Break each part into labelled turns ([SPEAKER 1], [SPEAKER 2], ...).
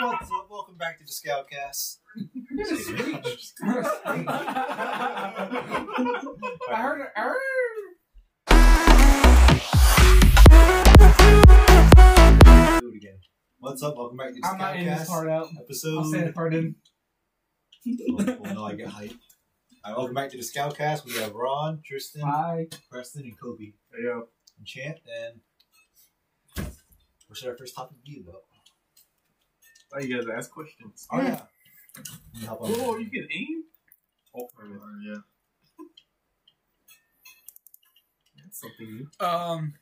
[SPEAKER 1] What's up? Welcome back to the Scoutcast.
[SPEAKER 2] I heard it. Arr!
[SPEAKER 1] Do it again. What's up? Welcome back to the
[SPEAKER 2] I'm not in this
[SPEAKER 1] Scoutcast.
[SPEAKER 2] part out.
[SPEAKER 1] Episode.
[SPEAKER 2] I'll say the part in.
[SPEAKER 1] Oh, well, now I get hype. All right, welcome back to the Scoutcast. We have Ron, Tristan,
[SPEAKER 2] Hi.
[SPEAKER 1] Preston, and Kobe.
[SPEAKER 3] Yeah.
[SPEAKER 1] And Champ, and what should our first topic be about?
[SPEAKER 3] Oh, you guys ask questions.
[SPEAKER 1] Oh, yeah. Let me hop on.
[SPEAKER 3] Oh, you can aim? Oh, yeah. That's something new.
[SPEAKER 2] Um,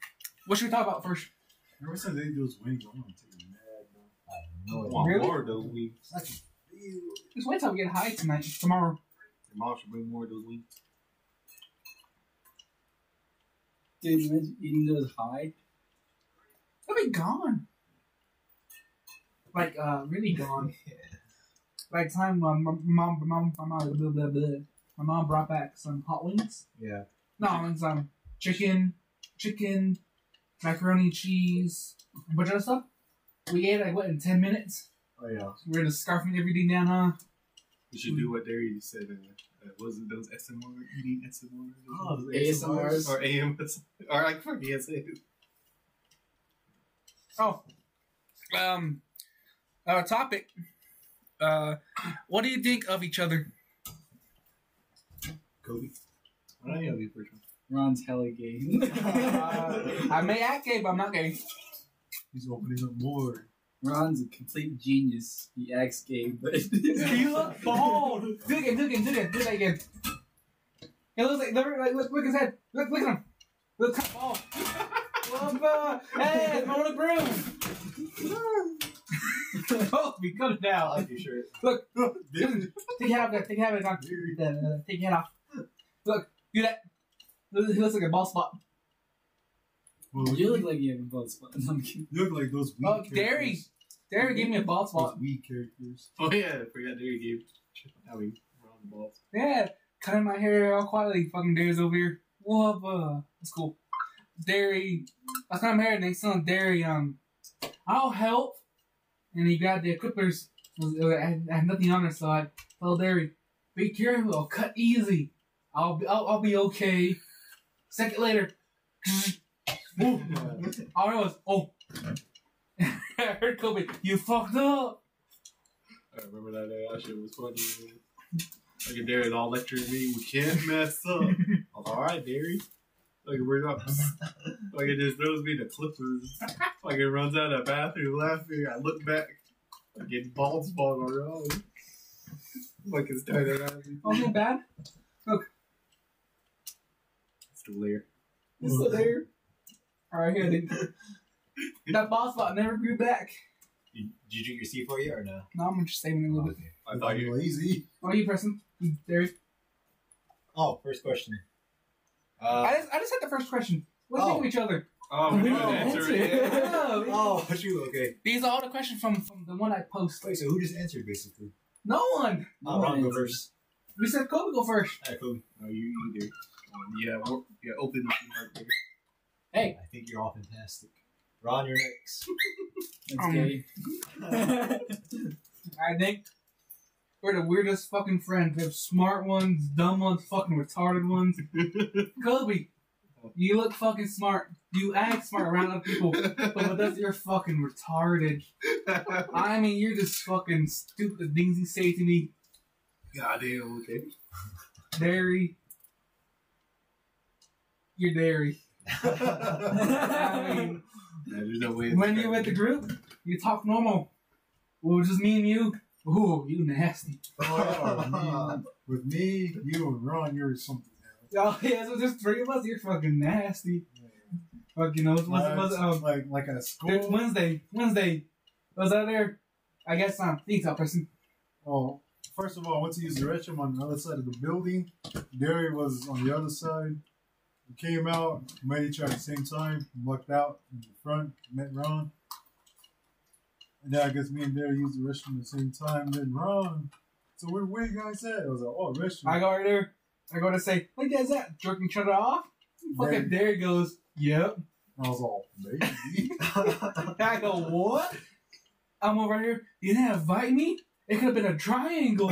[SPEAKER 2] what should we talk about first?
[SPEAKER 4] Ever since they do his wings, I'm gonna take a mad dog.
[SPEAKER 1] I have no idea.
[SPEAKER 3] Want
[SPEAKER 2] Really?
[SPEAKER 3] more of those wings.
[SPEAKER 1] That's a real-
[SPEAKER 2] Just wait till we get high tonight. Tomorrow.
[SPEAKER 3] Your mom should bring more of those wings.
[SPEAKER 5] Dude, you imagine eating those high?
[SPEAKER 2] They'll be gone. Like, uh, really gone. By the time my mom, mom, my mom, my mom, blah, blah, blah, my mom brought back some hot wings.
[SPEAKER 1] Yeah.
[SPEAKER 2] No, hot wings, um, chicken, chicken, macaroni, and cheese, a bunch of other stuff. We ate like what in ten minutes.
[SPEAKER 1] Oh, yeah.
[SPEAKER 2] We're just scarfing everything down, huh?
[SPEAKER 3] You should do what Derry said. Uh, uh, wasn't those SMR eating SMR?
[SPEAKER 1] Oh, those
[SPEAKER 5] ASMRs.
[SPEAKER 3] Or AMS. Or I fuck yes, it is.
[SPEAKER 2] Oh, um, uh, topic. Uh, what do you think of each other?
[SPEAKER 1] Kobe.
[SPEAKER 3] I am the first one.
[SPEAKER 5] Ron's hella gay.
[SPEAKER 2] Uh, I may act gay, but I'm not gay.
[SPEAKER 4] He's opening up more.
[SPEAKER 5] Ron's a complete genius. He acts gay, but
[SPEAKER 2] He look bald. Do it again. Do it again. Do it again. Do that again. He looks like, like look, look at his head. Look, look at him. Look, cut bald. Whoa, uh, hey, it's Mona Broom. oh, we cut it
[SPEAKER 1] I
[SPEAKER 2] down.
[SPEAKER 1] like your shirt.
[SPEAKER 2] Look, look. Take your head off there. Take your head off. Take your head off. Look, do that. He looks like a ball spot.
[SPEAKER 4] Well,
[SPEAKER 5] you look like you have a bald spot. No, I'm kidding.
[SPEAKER 4] you look like those weak
[SPEAKER 2] Oh,
[SPEAKER 4] characters.
[SPEAKER 2] Derry. Derry gave me a ball spot.
[SPEAKER 4] Those weak characters.
[SPEAKER 3] Oh, yeah. I forgot Derry gave. How we round the balls.
[SPEAKER 2] Yeah, cutting my hair all quietly. Fucking Derry's over here. What? uh, That's cool. Derry, I cut my hair and they selling Derry. Um, I'll help. And he grabbed the clippers. It was- it was- I had, I had nothing on it, so I told Derry, "Be careful. I'll cut easy. I'll be, I'll, I'll be okay." Second later,
[SPEAKER 4] Oh,
[SPEAKER 2] all I was, oh. I heard Kobe, you fucked up.
[SPEAKER 3] I remember that day. That shit was funny. man. Like Derry's all lecturing me. We can't mess up. I'm all right, Derry. Like we're not. Like it just throws me to Clippers. Like it runs out of the bathroom laughing. I look back. I get bald spot on her own. Like it's tight around me.
[SPEAKER 2] Oh, not bad.
[SPEAKER 3] It's too layer.
[SPEAKER 5] It's
[SPEAKER 3] Mm-hmm.
[SPEAKER 5] still there.
[SPEAKER 2] All right, here. They, that ball spot never grew back.
[SPEAKER 1] Did did you drink your C4 yet or no?
[SPEAKER 2] No, I'm just saving it a little bit.
[SPEAKER 1] Okay.
[SPEAKER 3] I thought you.
[SPEAKER 4] lazy.
[SPEAKER 2] What are you pressing? There.
[SPEAKER 1] Oh, first question.
[SPEAKER 2] I
[SPEAKER 1] Uh,
[SPEAKER 2] just, I just had the first question. What do you
[SPEAKER 1] Oh.
[SPEAKER 2] think of each other?
[SPEAKER 3] Oh, we
[SPEAKER 5] Oh,
[SPEAKER 3] didn't answer it. yet.
[SPEAKER 2] Yeah.
[SPEAKER 1] oh, shoot, okay.
[SPEAKER 2] These are all the questions from, from the one I posted.
[SPEAKER 1] Wait, so who just answered basically?
[SPEAKER 2] No one.
[SPEAKER 1] Oh, Ron, go
[SPEAKER 5] Nice.
[SPEAKER 1] first.
[SPEAKER 2] We said Kobe go first.
[SPEAKER 1] All right, Kobe.
[SPEAKER 3] No, you either. Um, yeah, we're- yeah. Open the heart there.
[SPEAKER 1] I think you're all fantastic. Ron, you're next.
[SPEAKER 5] That's
[SPEAKER 2] Um.
[SPEAKER 5] gay.
[SPEAKER 2] I think we're the weirdest fucking friends. We have smart ones, dumb ones, fucking retarded ones. Kobe, you look fucking smart. You act smart around other people,
[SPEAKER 3] Oh,
[SPEAKER 2] but with us, you're fucking retarded. I mean, you're just fucking stupid. Things you say to me,
[SPEAKER 3] Goddamn. Okay.
[SPEAKER 2] dairy. You're dairy. I mean,
[SPEAKER 3] Yeah, there's no way.
[SPEAKER 2] when you're with the group, you talk normal. Well, it's just me and you. Ooh, you nasty.
[SPEAKER 4] Oh, man. With me, you and Ron, you're something else.
[SPEAKER 2] Oh yeah, so just three of us. You're fucking nasty. Fuck, you know, what's, what's, what's, um,
[SPEAKER 4] like, like at
[SPEAKER 2] it's
[SPEAKER 4] school.
[SPEAKER 2] Wednesday. Wednesday. Was out there. I guess I'm thanks, out person.
[SPEAKER 4] Oh, first of all, I went to use the restroom on the other side of the building. Derry was on the other side. We came out, met each other at the same time, walked out in the front, met Ron. And then I guess me and Derry used the restroom at the same time, then Ron. So where where you guys at? I was like, oh, restroom.
[SPEAKER 2] I go right there. I go to say, what guys that jerking each other off? Fucking
[SPEAKER 4] Right.
[SPEAKER 2] there he goes. Yep.
[SPEAKER 4] And I was all, baby.
[SPEAKER 2] I go what? I'm over here. You didn't invite me? It could have been a triangle.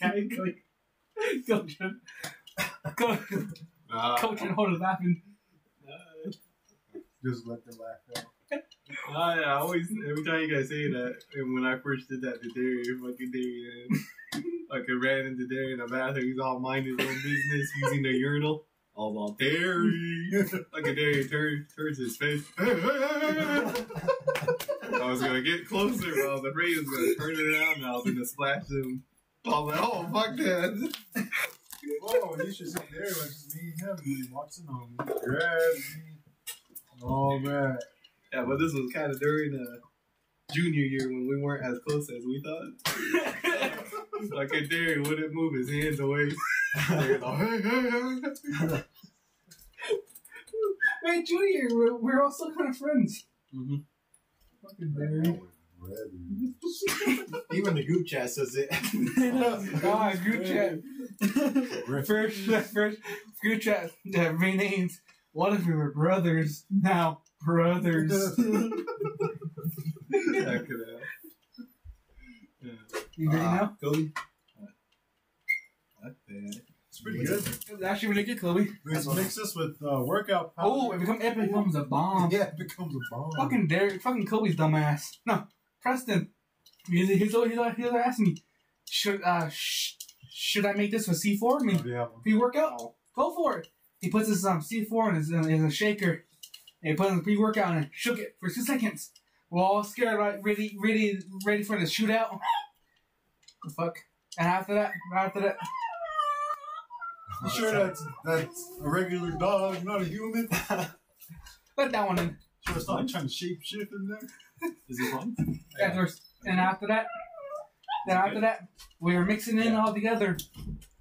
[SPEAKER 5] Guy, like,
[SPEAKER 2] Coaching. Co-
[SPEAKER 3] Uh,
[SPEAKER 2] Coaching, hold it laughing.
[SPEAKER 4] Just let them laugh out.
[SPEAKER 3] I, Oh, I always, every time you guys say that, and when I first did that to Darian, fucking Darian, like I ran into Darian in the bathroom, he's all minding his own business, using the urinal. I was all Darian, like a Darian turn, turns his face. I was gonna get closer, but I was afraid he was gonna turn it around, and I was gonna splash him. I was like, oh fuck that!
[SPEAKER 4] Whoa, you should sit there with just me and him. He walks in on me, grabs me. All that.
[SPEAKER 3] Yeah, but this was kind of during the junior year when we weren't as close as we thought. Like a dairy wouldn't move his hands away. They're like, hey, hey, hey.
[SPEAKER 2] Wait, Junior, we're, we're all still kind of friends.
[SPEAKER 5] Mhm.
[SPEAKER 2] Fucking Barry.
[SPEAKER 1] Even the group chat says it.
[SPEAKER 2] ah, group chat. First, first group chat that renames one of your brothers now brothers.
[SPEAKER 3] Check it out. Yeah.
[SPEAKER 2] You ready
[SPEAKER 1] Uh.
[SPEAKER 2] now?
[SPEAKER 1] Cody?
[SPEAKER 3] Not bad. It's pretty good.
[SPEAKER 2] It was actually really good, Chloe.
[SPEAKER 4] Let's mix this with uh, workout powder.
[SPEAKER 2] Oh, it becomes it becomes a bomb.
[SPEAKER 4] yeah, it becomes a bomb.
[SPEAKER 2] Fucking Derek, fucking Kobe's dumbass. No, Preston. He's he's he's, he's asking me, should uh sh- should I make this with C four? I mean,
[SPEAKER 4] Oh, yeah, well,
[SPEAKER 2] if you work out, go for it. He puts his um C four in his in, in a shaker, and he put in the pre workout and shook it for two seconds. We're all scared, like ready, ready, ready for the shootout. the fuck. And after that, after that,
[SPEAKER 4] You sure that's that's a regular dog, not a human?
[SPEAKER 2] let that one in.
[SPEAKER 4] Sure, it's not trying to shape shift in there.
[SPEAKER 3] Is it fun?
[SPEAKER 2] Yeah, there's- And after that, then after that, we were mixing in all together.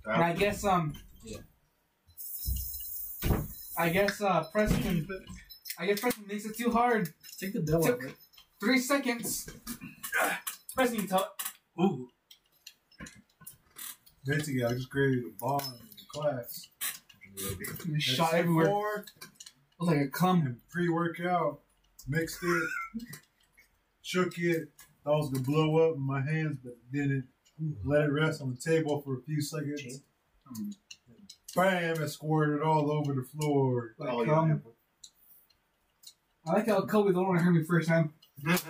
[SPEAKER 2] And I guess um,
[SPEAKER 1] Yeah.
[SPEAKER 2] I guess uh, Preston, I guess Preston makes it too hard.
[SPEAKER 5] Take the bell out of it.
[SPEAKER 2] Three seconds. Preston, you tell.
[SPEAKER 5] Ooh.
[SPEAKER 4] Basically, I just created a bomb in the class.
[SPEAKER 2] You shot everywhere. It
[SPEAKER 4] Four
[SPEAKER 2] was like a cum.
[SPEAKER 4] and pre-workout, mixed it, shook it. Thought it was gonna blow up in my hands, but it didn't. Let it rest on the table for a few seconds. Bam! It squirted all over the floor.
[SPEAKER 2] Like
[SPEAKER 3] Oh, yeah.
[SPEAKER 2] cum. I like how Kobe's the one who heard me first time.
[SPEAKER 3] like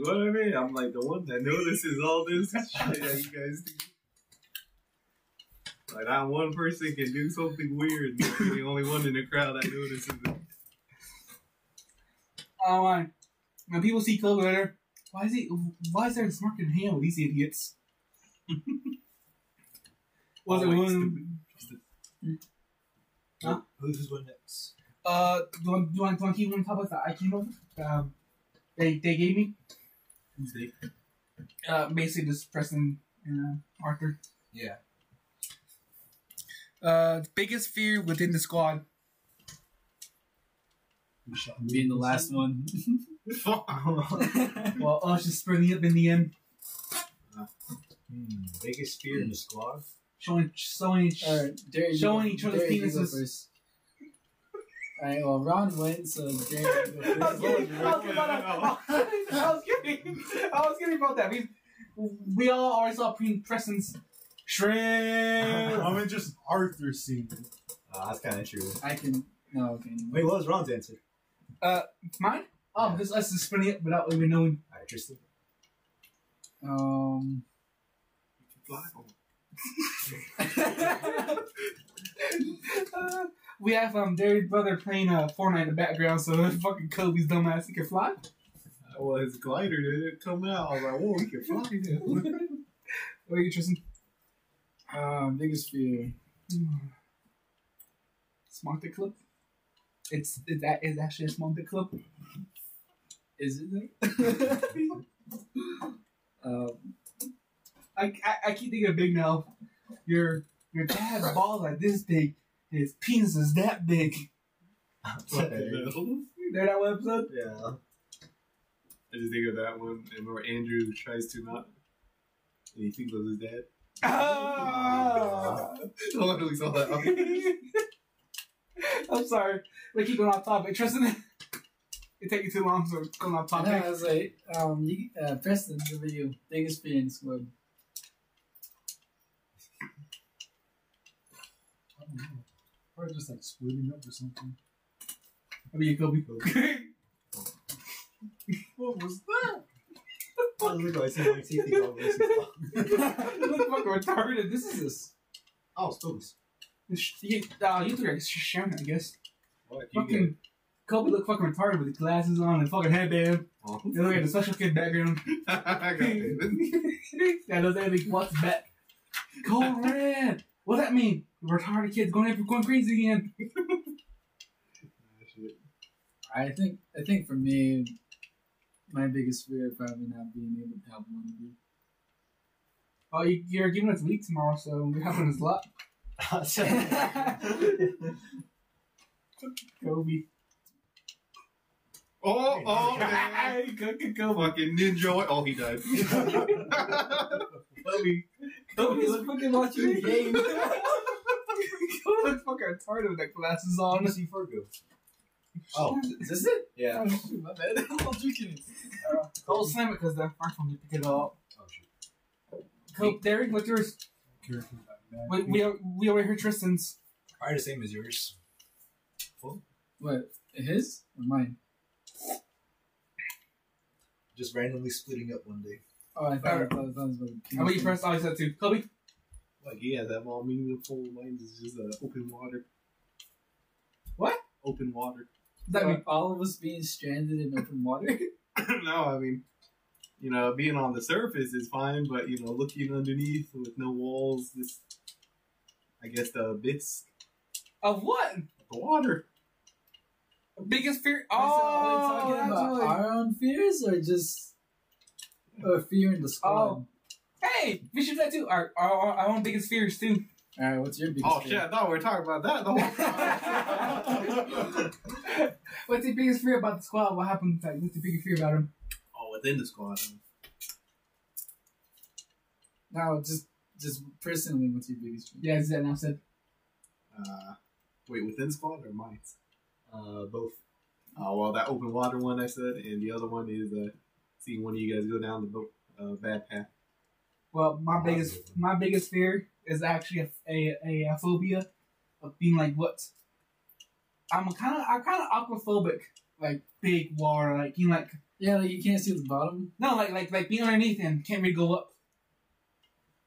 [SPEAKER 3] what I mean? I'm like the one that notices all this shit that you guys do. Like not one person can do something weird. and You're the only one in the crowd that notices it.
[SPEAKER 2] Oh my! When people see Kobe later, why is he? Why is there a smirk in hand with these idiots? was it
[SPEAKER 3] Always
[SPEAKER 2] when?
[SPEAKER 3] stupid.
[SPEAKER 1] Who's one next?
[SPEAKER 2] Uh, do I, do I, do I keep on top of that I came up with? Um, they, they gave me? Uh, basically just Preston and uh, Arthur.
[SPEAKER 1] Yeah.
[SPEAKER 2] Uh, biggest fear within the squad.
[SPEAKER 5] Being the last one.
[SPEAKER 2] Well, us just sprinting up in the end,
[SPEAKER 1] Hmm. Biggest fear in the squad?
[SPEAKER 2] showing, showing,
[SPEAKER 5] Alright, Derek. you
[SPEAKER 2] Showing
[SPEAKER 5] go-
[SPEAKER 2] each other's
[SPEAKER 5] Derek, you go
[SPEAKER 2] penises.
[SPEAKER 5] first. Alright, well, Ron went, so Derek. you
[SPEAKER 2] I
[SPEAKER 5] go
[SPEAKER 2] was
[SPEAKER 5] first.
[SPEAKER 2] kidding. I was, about to- I was kidding. I was kidding about that. We, we all already saw pre- Preston's shrimp.
[SPEAKER 4] I'm in just Arthur scene.
[SPEAKER 1] Ah, that's kind of true.
[SPEAKER 5] I can. No, okay.
[SPEAKER 1] Wait, what was Ron's answer?
[SPEAKER 2] Mine? Oh, just us just sprinting up without even knowing.
[SPEAKER 1] All right, Tristan.
[SPEAKER 5] Um.
[SPEAKER 3] Oh,
[SPEAKER 2] Uh, we have um Derry's brother playing uh Fortnite in the background, so that's fucking Kobe's dumbass he can fly.
[SPEAKER 3] Well, his glider didn't come out. I was like, "Whoa, we can fly now!"
[SPEAKER 2] What are you Tristan?
[SPEAKER 5] Uh, biggest fear.
[SPEAKER 2] Smart the clip. It's it, that is actually a smart the clip.
[SPEAKER 5] Is it? um,
[SPEAKER 2] I, I, I keep thinking of Big Mouth. Your your dad's balls like this big, his penis is that big.
[SPEAKER 3] What the hell?
[SPEAKER 2] There that one episode?
[SPEAKER 1] Yeah.
[SPEAKER 3] I just think of that one and where Andrew tries to not. And he thinks of his dad.
[SPEAKER 2] Ah!
[SPEAKER 3] Oh, we saw that.
[SPEAKER 2] I'm sorry. We keep going off topic. Tristan, It take you too long to come on
[SPEAKER 5] I know,
[SPEAKER 2] topic.
[SPEAKER 5] I was like, um, you, uh, Preston, the video, big experience was
[SPEAKER 4] I don't know. Probably just like splitting up or something.
[SPEAKER 2] I mean, Kobe.
[SPEAKER 4] What was that?
[SPEAKER 1] I was looking at CYT thing over this.
[SPEAKER 2] Look fucking retarded. This is this.
[SPEAKER 1] Oh, Stoops.
[SPEAKER 2] This- You, uh, you three are just sharing, I guess.
[SPEAKER 1] What you get?
[SPEAKER 2] Fucking Kobe look fucking retarded with his glasses on and fucking headband.
[SPEAKER 1] Oh.
[SPEAKER 2] You look at the special kid background.
[SPEAKER 3] I got it.
[SPEAKER 2] that doesn't have any what's back. Code red. What that mean? Retarded kids going going crazy again.
[SPEAKER 5] I think I think for me, my biggest fear would probably not being able to help one of you.
[SPEAKER 2] Oh, you, you're giving us a week tomorrow, so we're helping us a lot. Kobe.
[SPEAKER 3] Oh, oh, man.
[SPEAKER 2] Kobe. Kobe.
[SPEAKER 3] Fucking ninja. Oh, he died.
[SPEAKER 2] Kobe
[SPEAKER 5] Nobody's
[SPEAKER 2] look
[SPEAKER 5] fucking watching the game.
[SPEAKER 2] Kobe looks fucking retarded with that glasses
[SPEAKER 1] I want
[SPEAKER 2] on.
[SPEAKER 1] to see Virgo. Oh,
[SPEAKER 5] Is this it?
[SPEAKER 1] yeah.
[SPEAKER 5] Oh, shoot, my bad. I'm drinking.
[SPEAKER 2] Don't slam it because the first one to pick it up.
[SPEAKER 1] Oh, shit.
[SPEAKER 2] Kobe, Derek, what's yours?
[SPEAKER 4] Character like
[SPEAKER 2] We, we, we already heard Tristan's.
[SPEAKER 1] Probably the same as yours.
[SPEAKER 5] What? His or mine?
[SPEAKER 1] Just randomly splitting up one day.
[SPEAKER 5] Oh, I thought, I thought, I thought it was about the
[SPEAKER 2] How about Oh, you press all you said to? Kobe?
[SPEAKER 3] Like, yeah, that all meaningful lines is just uh, open water.
[SPEAKER 2] What?
[SPEAKER 3] Open water.
[SPEAKER 2] Does that mean?
[SPEAKER 5] Like, all of us being stranded in open water.
[SPEAKER 3] no, I mean, you know, being on the surface is fine, but, you know, looking underneath with no walls, just, I guess, the bits
[SPEAKER 2] Of Oh, what?
[SPEAKER 3] of the water.
[SPEAKER 2] Biggest fear?
[SPEAKER 5] Are
[SPEAKER 2] Oh,
[SPEAKER 5] we talking
[SPEAKER 2] that's
[SPEAKER 5] about
[SPEAKER 2] really-
[SPEAKER 5] our own fears or just or fear in the squad?
[SPEAKER 2] Hey, we should do that too. Our, our, our our own biggest fears too.
[SPEAKER 5] All right, what's your biggest
[SPEAKER 3] Oh,
[SPEAKER 5] fear?
[SPEAKER 3] shit, I thought we were talking about that the whole time.
[SPEAKER 2] What's your biggest fear about the squad? What happened? Like, what's your biggest fear about him?
[SPEAKER 3] oh, within the squad.
[SPEAKER 5] No, just just personally, what's your biggest fear?
[SPEAKER 2] Yeah, is that now said?
[SPEAKER 3] Uh, wait, within squad or mine?
[SPEAKER 1] Uh, both.
[SPEAKER 3] Uh, well, that open water one I said, and the other one is uh, seeing one of you guys go down the boat, uh, bad path.
[SPEAKER 2] Well, my biggest my biggest fear is actually a a, a, a phobia of being like what? I'm kind of I'm kind of aquaphobic, like big water, like you know, like
[SPEAKER 5] Yeah, like you can't see the bottom.
[SPEAKER 2] no, like like like being underneath and can't really go up.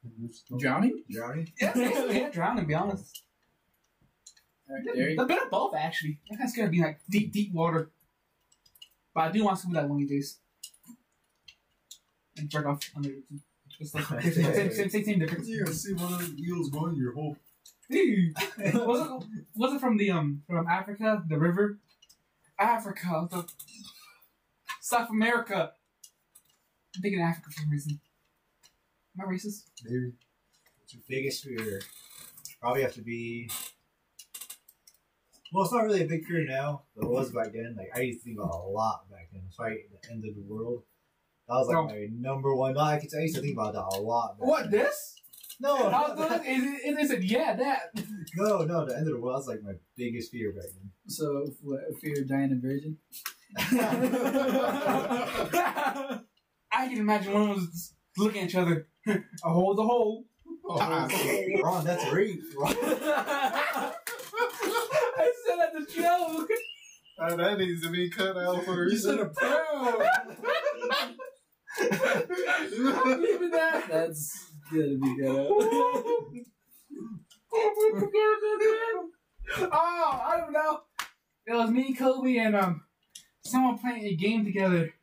[SPEAKER 4] that.
[SPEAKER 5] Drowning?
[SPEAKER 1] Drowning?
[SPEAKER 2] Yeah, yeah, drown to be honest.
[SPEAKER 5] Alright, Derek.
[SPEAKER 2] A bit of both actually. That kind of scared me, like deep deep water. But I do want to do that one of these days. And jerk off under the sea. It's like same, same, same, same, same difference.
[SPEAKER 4] You're gonna see one of the eels going your whole
[SPEAKER 2] Dude, was it was it from the um from Africa, the river? Africa, the South America. I'm thinking Africa for some reason. Am I racist?
[SPEAKER 4] dairy.
[SPEAKER 1] What's your biggest fear? Probably have to be. Well, it's not really a big fear now, but it was back then. Like I used to think about it a lot back then. It's probably the end of the world. That was like
[SPEAKER 2] No.
[SPEAKER 1] my number one. No, I, could, I used to think about that a lot. back
[SPEAKER 2] What
[SPEAKER 1] then.
[SPEAKER 2] this?
[SPEAKER 1] No,
[SPEAKER 2] I was
[SPEAKER 1] no,
[SPEAKER 2] like, is it, is it, yeah, that.
[SPEAKER 1] no, no. The end of the world was like my biggest fear back then.
[SPEAKER 5] So, what, a fear of dying a virgin?
[SPEAKER 4] Oh,
[SPEAKER 2] I can imagine one of us looking at each other. a hole's a hole.
[SPEAKER 3] Oh,
[SPEAKER 1] Ron, that's rape. Ron.
[SPEAKER 2] I said that to joke.
[SPEAKER 3] Uh, that needs to be cut out for
[SPEAKER 4] You said a proud.
[SPEAKER 2] I'm leaving that.
[SPEAKER 5] That's gonna be good.
[SPEAKER 2] oh, I don't know. It was me, Kobe, and um, someone playing a game together.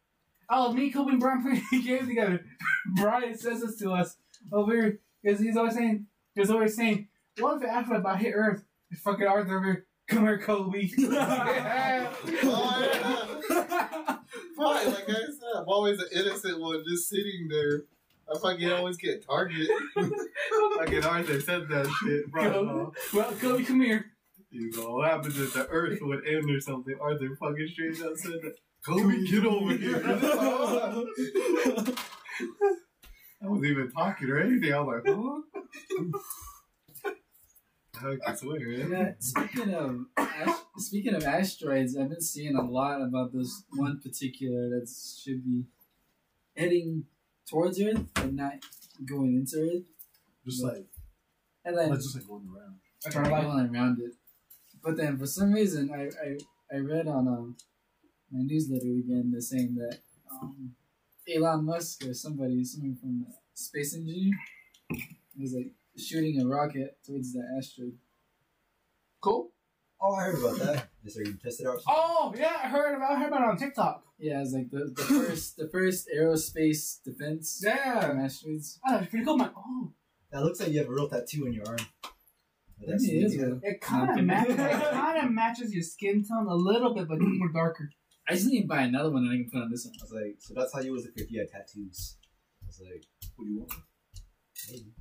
[SPEAKER 2] Oh, it was me, Kobe, and Brian playing a game together. Brian says this to us over because he's always saying, he's always saying, "What if it after I hit Earth?" And fucking Arthur, over here, come here, Kobe.
[SPEAKER 3] oh, yeah. Fine, like I said, I'm always an innocent one just sitting there. I fucking always get targeted. fucking Arthur said that shit. Bro.
[SPEAKER 2] Kobe. Well, Kobe, come here.
[SPEAKER 3] You know, what happens if the earth would end or something? Arthur fucking straight up said that. Kobe, get over here. I wasn't even talking or anything. I was like, huh? I can swear,
[SPEAKER 5] You
[SPEAKER 3] yeah.
[SPEAKER 5] know, speaking of ast- speaking of asteroids, I've been seeing a lot about this one particular that should be heading towards Earth but not going into Earth,
[SPEAKER 4] Just like,
[SPEAKER 5] and then
[SPEAKER 4] not just like going around.
[SPEAKER 2] I
[SPEAKER 5] trying
[SPEAKER 2] turned like
[SPEAKER 5] around it. But then for some reason, I I, I read on um, my newsletter again they're saying that um, Elon Musk or somebody, someone from the space engineer, was like shooting a rocket towards the asteroid.
[SPEAKER 2] cool.
[SPEAKER 1] Oh, I heard about that. Is there you tested out?
[SPEAKER 2] Oh yeah, I heard about I heard about it on TikTok.
[SPEAKER 5] Yeah, it's like the, the first the first aerospace defense
[SPEAKER 2] Yeah,
[SPEAKER 5] from asteroids.
[SPEAKER 2] I thought it was pretty cool. I'm like, oh,
[SPEAKER 1] That looks like you have a real tattoo in your arm. But that's
[SPEAKER 5] Maybe it is
[SPEAKER 1] yeah.
[SPEAKER 5] real.
[SPEAKER 2] it kind of
[SPEAKER 5] Okay.
[SPEAKER 2] matches. It kind of matches your skin tone a little bit, but more darker.
[SPEAKER 5] I just need to buy another one and I can put on this one.
[SPEAKER 1] I was like, so that's how you was if you had tattoos. I was like,
[SPEAKER 3] What do you want?
[SPEAKER 1] maybe.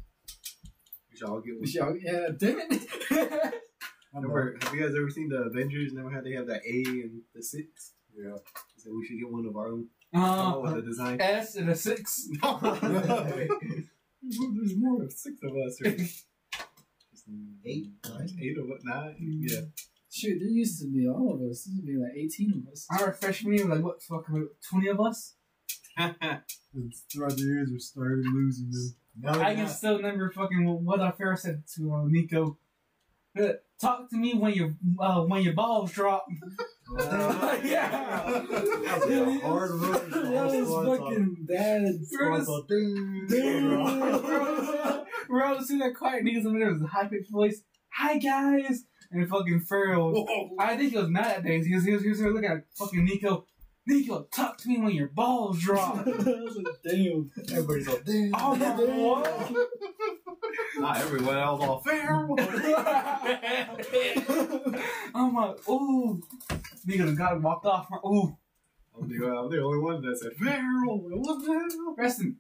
[SPEAKER 3] We should all get one.
[SPEAKER 5] We should all- Yeah, damn it.
[SPEAKER 4] I don't know.
[SPEAKER 3] Remember, have you guys ever seen the Avengers? Never had they have that A and the six.
[SPEAKER 4] Yeah.
[SPEAKER 3] So we should get one of our own.
[SPEAKER 2] Uh,
[SPEAKER 1] Oh,
[SPEAKER 3] with the design.
[SPEAKER 2] S and a six.
[SPEAKER 3] There's more of six of us. Right?
[SPEAKER 1] Eight, nine?
[SPEAKER 3] Eight of us. Nine. Yeah.
[SPEAKER 5] Shoot, there used to be all of us. There used to be like eighteen of us.
[SPEAKER 2] I remember freshman year, like what, fuck, about twenty of us.
[SPEAKER 4] It's throughout the years, we started losing them.
[SPEAKER 1] No,
[SPEAKER 2] I
[SPEAKER 1] you're
[SPEAKER 2] can
[SPEAKER 1] not.
[SPEAKER 2] still remember fucking what- what I first said to uh, Nico. Uh, Talk to me when your uh, when your balls drop.
[SPEAKER 1] Uh,
[SPEAKER 2] yeah.
[SPEAKER 1] That's a hard road.
[SPEAKER 5] that was fucking bad.
[SPEAKER 2] We're all sitting there quiet, niggas over there with a high pitched voice. Hi guys, and fucking Farrell.
[SPEAKER 3] Whoa.
[SPEAKER 2] I think he was mad at days. He was he was he was looking at fucking Nico. Nico, talk to me when your balls drop.
[SPEAKER 5] I was like, damn.
[SPEAKER 1] Everybody's all, damn.
[SPEAKER 2] oh my god.
[SPEAKER 3] Not everyone else all fair.
[SPEAKER 2] I'm like, ooh. Nigga, the guy walked off. I'm like, ooh.
[SPEAKER 3] I'm
[SPEAKER 4] uh,
[SPEAKER 3] the, I'm the only one that said fair. What the hell?
[SPEAKER 2] Preston.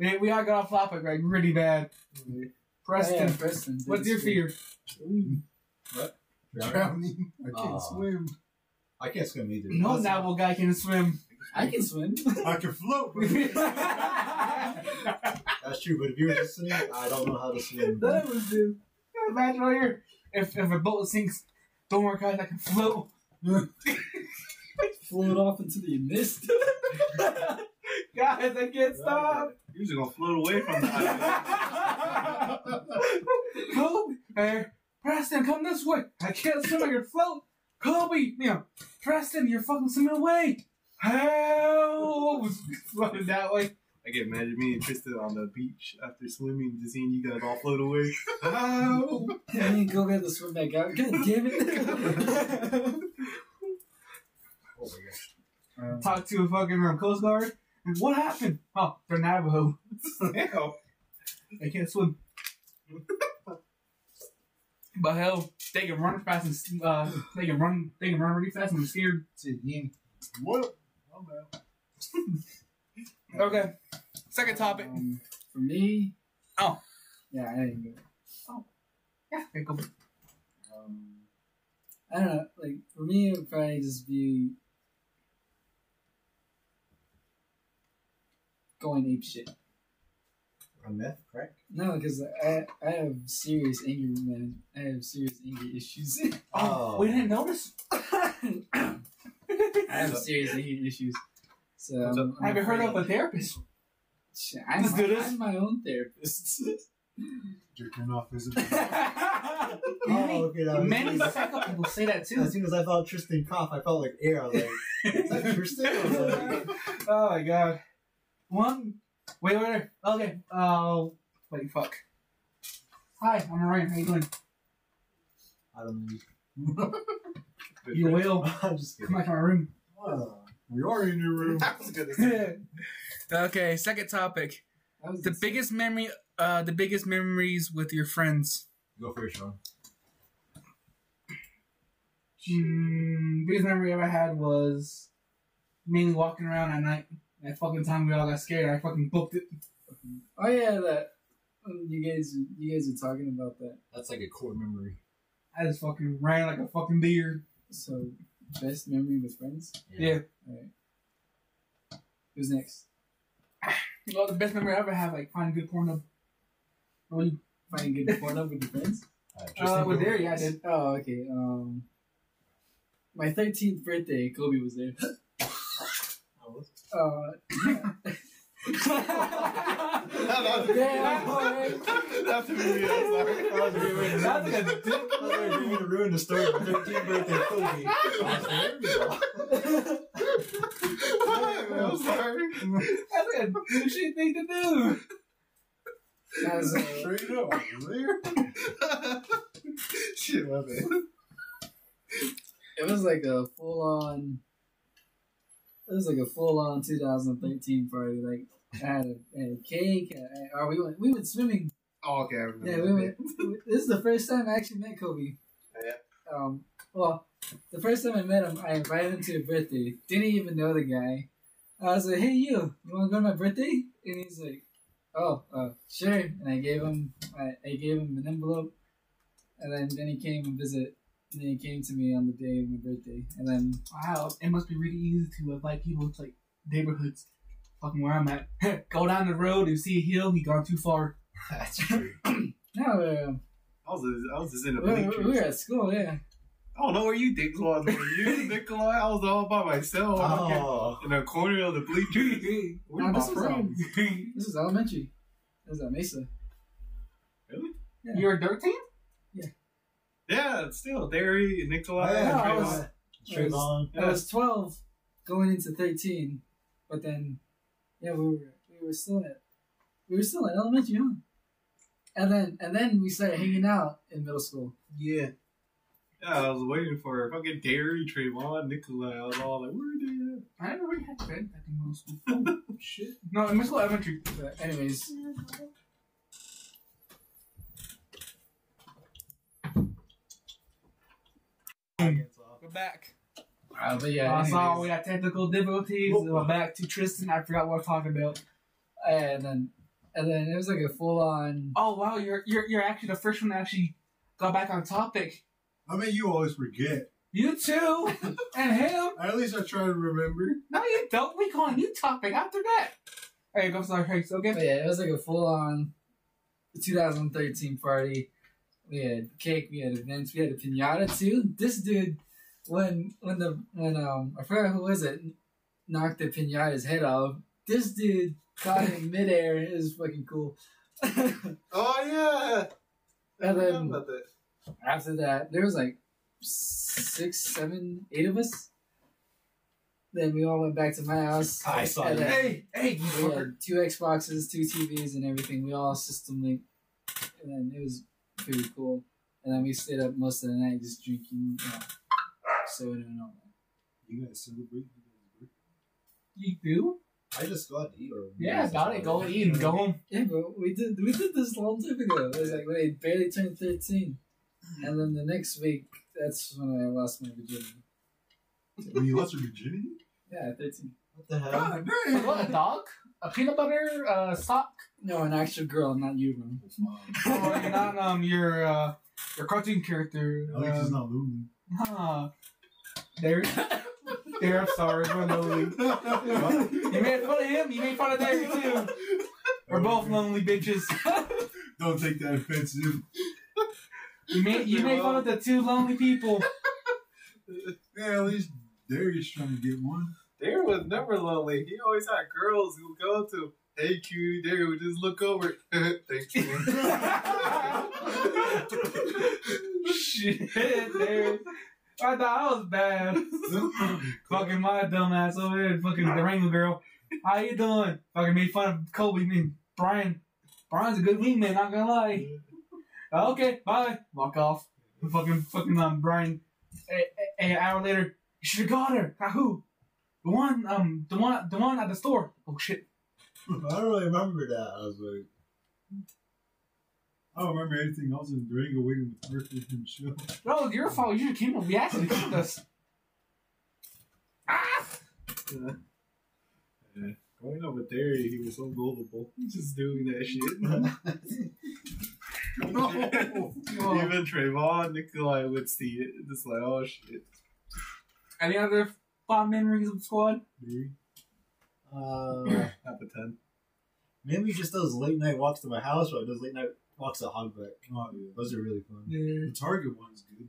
[SPEAKER 2] We, we all got off topic, like, really bad. Preston,
[SPEAKER 5] Yeah, Preston.
[SPEAKER 2] what's your fear?
[SPEAKER 5] Ooh.
[SPEAKER 4] Drowning. I can't
[SPEAKER 1] Aw.
[SPEAKER 4] swim.
[SPEAKER 1] I can't swim either.
[SPEAKER 2] No novel guy can swim.
[SPEAKER 5] I can swim.
[SPEAKER 4] I can float. but-
[SPEAKER 2] that
[SPEAKER 1] That's true, but if you were just swimming, I don't know how to swim.
[SPEAKER 2] was dude. Imagine right here. If, if a boat sinks, don't worry, guys, I can float.
[SPEAKER 5] Float off into the mist.
[SPEAKER 2] Guys, I can't stop.
[SPEAKER 3] You're just gonna float away from the island.
[SPEAKER 2] Kobe, uh, Preston, come this way. I can't swim. I can float. Kobe, you know, Preston, you're fucking swimming away. Help! Floated that way.
[SPEAKER 3] I can imagine me and Tristan on the beach after swimming, just seeing you guys all float away. Ow.
[SPEAKER 5] I mean, go get the swim back out. God damn it.
[SPEAKER 1] Oh my gosh.
[SPEAKER 4] Um,
[SPEAKER 2] Talk to a fucking um, Coast Guard. And what happened? Oh, they're Navajo.
[SPEAKER 3] Ow.
[SPEAKER 2] They can't swim. but hell, they can run fast and s- uh, they can run. They can run really fast and I'm scared.
[SPEAKER 4] What? I'm out.
[SPEAKER 2] Okay. Second topic.
[SPEAKER 5] Um, for me.
[SPEAKER 2] Oh.
[SPEAKER 5] Yeah, I ain't good.
[SPEAKER 2] Yeah, okay, go.
[SPEAKER 5] Um, I don't know. Like for me, it would probably just be going ape shit.
[SPEAKER 1] On meth, crack?
[SPEAKER 5] No, because I I have serious anger man. I have serious anger issues.
[SPEAKER 2] Oh, we didn't notice.
[SPEAKER 5] I have serious anger issues. So
[SPEAKER 3] What's up?
[SPEAKER 5] I'm- I'm
[SPEAKER 2] Have you heard
[SPEAKER 5] afraid-
[SPEAKER 2] of a therapist?
[SPEAKER 5] Shit, I'm,
[SPEAKER 2] Let's
[SPEAKER 5] my,
[SPEAKER 2] do this.
[SPEAKER 5] I'm my own therapist.
[SPEAKER 4] Jerking off isn't it?
[SPEAKER 1] Oh,
[SPEAKER 2] many,
[SPEAKER 1] okay, that was
[SPEAKER 2] many
[SPEAKER 1] easy.
[SPEAKER 2] psycho people say that too.
[SPEAKER 1] As soon as I felt Tristan cough, I felt like air. I was like, is that Tristan? I was like,
[SPEAKER 2] oh my god. One. Wait, wait, wait. Okay. Uh, wait, fuck. Hi, I'm Ryan. How you doing?
[SPEAKER 1] I don't know.
[SPEAKER 2] You will.
[SPEAKER 1] I'm just
[SPEAKER 2] Come
[SPEAKER 1] kidding.
[SPEAKER 2] back to my room.
[SPEAKER 4] Wow. Uh, We are in your room.
[SPEAKER 3] I was gonna say.
[SPEAKER 2] okay, second topic.
[SPEAKER 5] That was
[SPEAKER 2] The biggest memory, uh, the biggest memories with your friends.
[SPEAKER 1] Go for it, Sean.
[SPEAKER 2] Hmm, biggest memory I ever had was mainly walking around at night. That fucking time we all got scared, I fucking booked it.
[SPEAKER 5] Oh yeah, that um, you guys you guys are talking about that.
[SPEAKER 1] That's like a core memory.
[SPEAKER 2] I just fucking ran like a fucking deer.
[SPEAKER 5] So best memory with friends.
[SPEAKER 2] Yeah.
[SPEAKER 5] Who's next?
[SPEAKER 2] Well, the best memory I ever had, like finding good porn up.
[SPEAKER 5] Finding good porn up with your friends.
[SPEAKER 1] Alright,
[SPEAKER 4] Just
[SPEAKER 2] uh,
[SPEAKER 4] think
[SPEAKER 2] with
[SPEAKER 4] of-
[SPEAKER 2] Derry, I did.
[SPEAKER 5] Oh, okay. Um, my 13th birthday, Kobe was there. Uh,
[SPEAKER 2] Damn, boy.
[SPEAKER 3] That's a video, sorry.
[SPEAKER 1] That was a great way to- that was like a- that was a great way to ruin the story. My 13th birthday, Kobe.
[SPEAKER 3] I'm sorry.
[SPEAKER 2] That's like a douchey thing to do.
[SPEAKER 5] as a,
[SPEAKER 4] Straight up. There.
[SPEAKER 3] Shit, my bad.
[SPEAKER 5] it was like a full on. It was like a full on 2013 party. Like I had a, I had a cake. I, or we went we went swimming.
[SPEAKER 3] Oh, okay, I remember.
[SPEAKER 5] Yeah, we went. This is the first time I actually met Kobe.
[SPEAKER 3] Yeah.
[SPEAKER 5] Um. Well, the first time I met him, I invited him to a birthday. Didn't even know the guy. I was like, "Hey, you, you want to go to my birthday?" And he's like, "Oh, uh, sure." And I gave him, I, I gave him an envelope, and then then he came and visit, and then he came to me on the day of my birthday, and then
[SPEAKER 2] Wow, it must be really easy to invite people to like neighborhoods, fucking where I'm at. Go down the road, you see a hill, he gone too far.
[SPEAKER 1] That's true.
[SPEAKER 5] now we're,
[SPEAKER 3] I was, just- I was just in a
[SPEAKER 5] uh, we're,
[SPEAKER 3] bleachers.
[SPEAKER 5] we're, we're at school, yeah.
[SPEAKER 3] I don't know where you dick claws were. You dick claw. I was all by myself.
[SPEAKER 1] Oh.
[SPEAKER 3] In a corner of the bleachers. Where
[SPEAKER 5] Nah,
[SPEAKER 3] am I
[SPEAKER 5] this was um,
[SPEAKER 3] from?
[SPEAKER 2] You're
[SPEAKER 5] This is elementary. This is at Mesa.
[SPEAKER 2] a dirt team?
[SPEAKER 3] Yeah, it's still Derry and Nikolai.
[SPEAKER 1] Yeah,
[SPEAKER 5] No, I
[SPEAKER 1] Trayvon.
[SPEAKER 5] was-
[SPEAKER 1] Trayvon.
[SPEAKER 5] I was 12 going into 13, but then, yeah, we were we were still at we were still at elementary, huh? And then and then we started hanging out in middle school.
[SPEAKER 2] Yeah.
[SPEAKER 3] Yeah, I was waiting for fucking Derry, Trayvon, Nikolai. I was all like, where are they at?
[SPEAKER 2] I never really had bed back in middle school. Oh, shit. No, in middle school, elementary.
[SPEAKER 5] But anyways,
[SPEAKER 2] We're back.
[SPEAKER 5] uh, but yeah,
[SPEAKER 2] uh, so we
[SPEAKER 5] anyways,
[SPEAKER 2] had technical difficulties.
[SPEAKER 1] Whoa.
[SPEAKER 2] We're back to Tristan. I forgot what I was talking about.
[SPEAKER 5] yeah, and then and then it was like a full on.
[SPEAKER 2] Oh wow, you're you're you're actually the first one that actually got back on topic.
[SPEAKER 4] I mean, you always forget.
[SPEAKER 2] You too, and him.
[SPEAKER 4] At least I try to remember.
[SPEAKER 2] No, you don't. We call a new topic after that. All right, go sorry. Hey, so
[SPEAKER 5] But
[SPEAKER 2] okay.
[SPEAKER 5] Oh, yeah, it was like a full on 2013 party. We had cake, we had events, we had a pinata too. This dude, when when the when um I forgot who was it, knocked the pinata's head off. This dude caught it in midair. It was fucking cool. and
[SPEAKER 3] Oh, yeah.
[SPEAKER 5] then
[SPEAKER 3] that.
[SPEAKER 5] after that, there was like six, seven, eight of us. Then we all went back to my house.
[SPEAKER 1] I saw
[SPEAKER 5] And
[SPEAKER 1] you.
[SPEAKER 5] then-
[SPEAKER 2] Hey, hey, you
[SPEAKER 5] we
[SPEAKER 2] fucker.
[SPEAKER 5] had two Xboxes, two TVs, and everything. We all system linked, and then it was pretty cool. And then we stayed up most of the night just drinking you know, soda and all that.
[SPEAKER 4] You guys celebrate. you guys break.
[SPEAKER 2] You do?
[SPEAKER 1] I just go out to eat. Or
[SPEAKER 2] Yeah, about it. Go eat and go home.
[SPEAKER 5] Yeah, but we did we did this a long time ago. It was like when I barely turned thirteen, and then the next week, that's when I lost my virginity.
[SPEAKER 4] When you lost your virginity?
[SPEAKER 5] Yeah, thirteen.
[SPEAKER 1] What the hell?
[SPEAKER 2] What a dog? A peanut butter uh, sock?
[SPEAKER 5] No, an actual girl, not you, bro.
[SPEAKER 2] or you're not um your uh your cartoon character?
[SPEAKER 4] At least it's
[SPEAKER 2] um,
[SPEAKER 4] Oh, not looming.
[SPEAKER 2] huh. There. There. I'm sorry. We're lonely. You made fun of him. You made fun of Derry too. We're both lonely bitches.
[SPEAKER 4] Don't take that offensive.
[SPEAKER 2] You made you made fun of the two lonely people.
[SPEAKER 4] Yeah, at least Darius trying to get one.
[SPEAKER 3] Derry was never lonely. He always had girls who would go to, hey, cutie. Derry would just look over. Thank you.
[SPEAKER 2] Shit, Derry. I thought I was bad. Fucking my dumb ass over there, fucking the Wrangle girl. How you doing? Fucking made fun of Kobe. I mean, Brian. Brian's a good wingman, not gonna lie. Okay, bye. Walk off. Fucking, fucking, um, Brian. A, a- an hour later, you should've got her. Got who? The one, um, the one, the one at the store. Oh shit.
[SPEAKER 1] I don't really remember that. I was like,
[SPEAKER 4] Oh, I don't remember anything else in Durango waiting with Arthur and Michelle.
[SPEAKER 2] That was your fault. You should've came up. We actually kicked us. Ah!
[SPEAKER 3] Growing up with Derry, he was so gullible. He's Just doing that shit. Even Trayvon, Nikolai would see it. and Just like, oh shit.
[SPEAKER 2] Any other fond memories of the squad?
[SPEAKER 4] Dude,
[SPEAKER 1] uh,
[SPEAKER 3] Half a ten.
[SPEAKER 1] maybe just those late night walks to my house or those late night Walks a hogback.
[SPEAKER 4] Oh, yeah.
[SPEAKER 1] Those are really fun.
[SPEAKER 2] Yeah.
[SPEAKER 4] The Target one's good.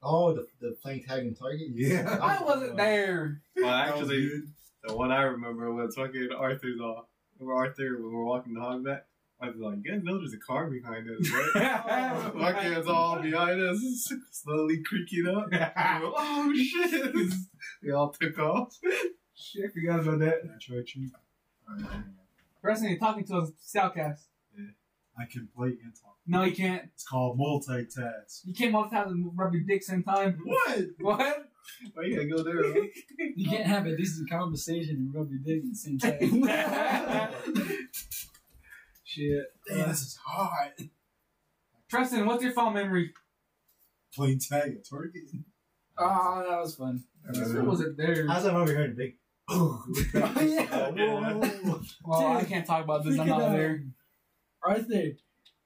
[SPEAKER 1] Oh, the, the playing tag and target?
[SPEAKER 4] Yeah.
[SPEAKER 2] I wasn't there.
[SPEAKER 3] Well,
[SPEAKER 4] That was
[SPEAKER 3] actually,
[SPEAKER 4] good.
[SPEAKER 3] the one I remember was fucking Arthur's off. Remember Arthur when we were walking the hog back? I was like, you guys know there's a car behind us, right? Fucking it's all behind us, slowly creaking up. And we're, oh shit! we all took off.
[SPEAKER 2] Shit, I forgot about that.
[SPEAKER 4] That attraction.
[SPEAKER 2] Wrestling talking to us, Southcast.
[SPEAKER 4] I can play and talk.
[SPEAKER 2] No, you can't.
[SPEAKER 4] It's called multitask. Uh,
[SPEAKER 2] You can't multitask and rub your dick same time.
[SPEAKER 3] What?
[SPEAKER 2] What?
[SPEAKER 3] Why you gotta go there? huh?
[SPEAKER 5] You can't have a decent conversation and rub your dick at the same time. Shit.
[SPEAKER 4] Damn, this is hard.
[SPEAKER 2] Preston, what's your phone memory?
[SPEAKER 4] Playing tag at Target.
[SPEAKER 5] Oh, that was fun.
[SPEAKER 2] I wasn't there.
[SPEAKER 1] How's that over here in big?
[SPEAKER 5] Oh, yeah.
[SPEAKER 3] Yeah.
[SPEAKER 2] Well, I can't talk about this. I'm
[SPEAKER 5] Freaking
[SPEAKER 2] not
[SPEAKER 5] out.
[SPEAKER 2] there.
[SPEAKER 5] Arthur.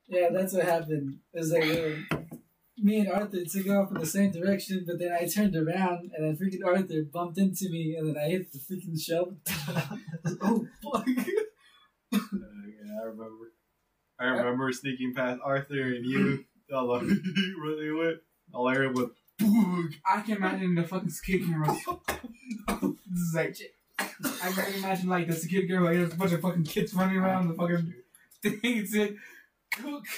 [SPEAKER 5] Yeah, that's what happened. It was like we were- me and Arthur took off in the same direction, but then I turned around and then freaking Arthur bumped into me and then I hit the freaking shelf. oh fuck.
[SPEAKER 3] Uh, yeah, I remember. I remember sneaking past Arthur and you. All like, really went. All I heard was boog.
[SPEAKER 2] I can imagine the fucking security cameras. this is like shit. I can imagine like the security camera. Like, there's a bunch of fucking kids running around the fucking thing. It's like, cook.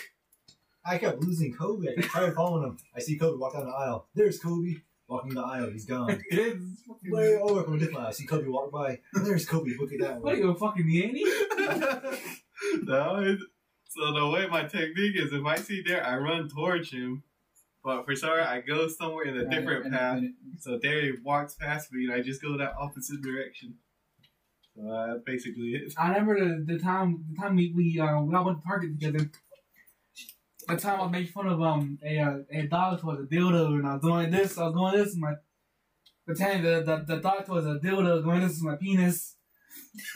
[SPEAKER 1] I kept losing Kobe. I kept trying following him. I see Kobe walk down the aisle. There's Kobe walking the aisle. He's gone.
[SPEAKER 2] It's
[SPEAKER 1] Way
[SPEAKER 2] fucking.
[SPEAKER 1] over from a different aisle. I see Kobe walk by. There's Kobe. Look at that
[SPEAKER 2] What are
[SPEAKER 1] one.
[SPEAKER 2] you a E? fucking Yanny?
[SPEAKER 3] no, it, so the way my technique is, if I see there, I run towards him. But for sure, I go somewhere in a different path. So there he walks past me, and I just go that opposite direction. So uh, that's basically it.
[SPEAKER 2] I remember the, the time the time we we, uh, we all went to Target together. The time I made fun of um a uh, a dog toy, a dildo, and I was doing this, I was doing this, and my the time the the, the dog toy was a dildo, going this is my penis,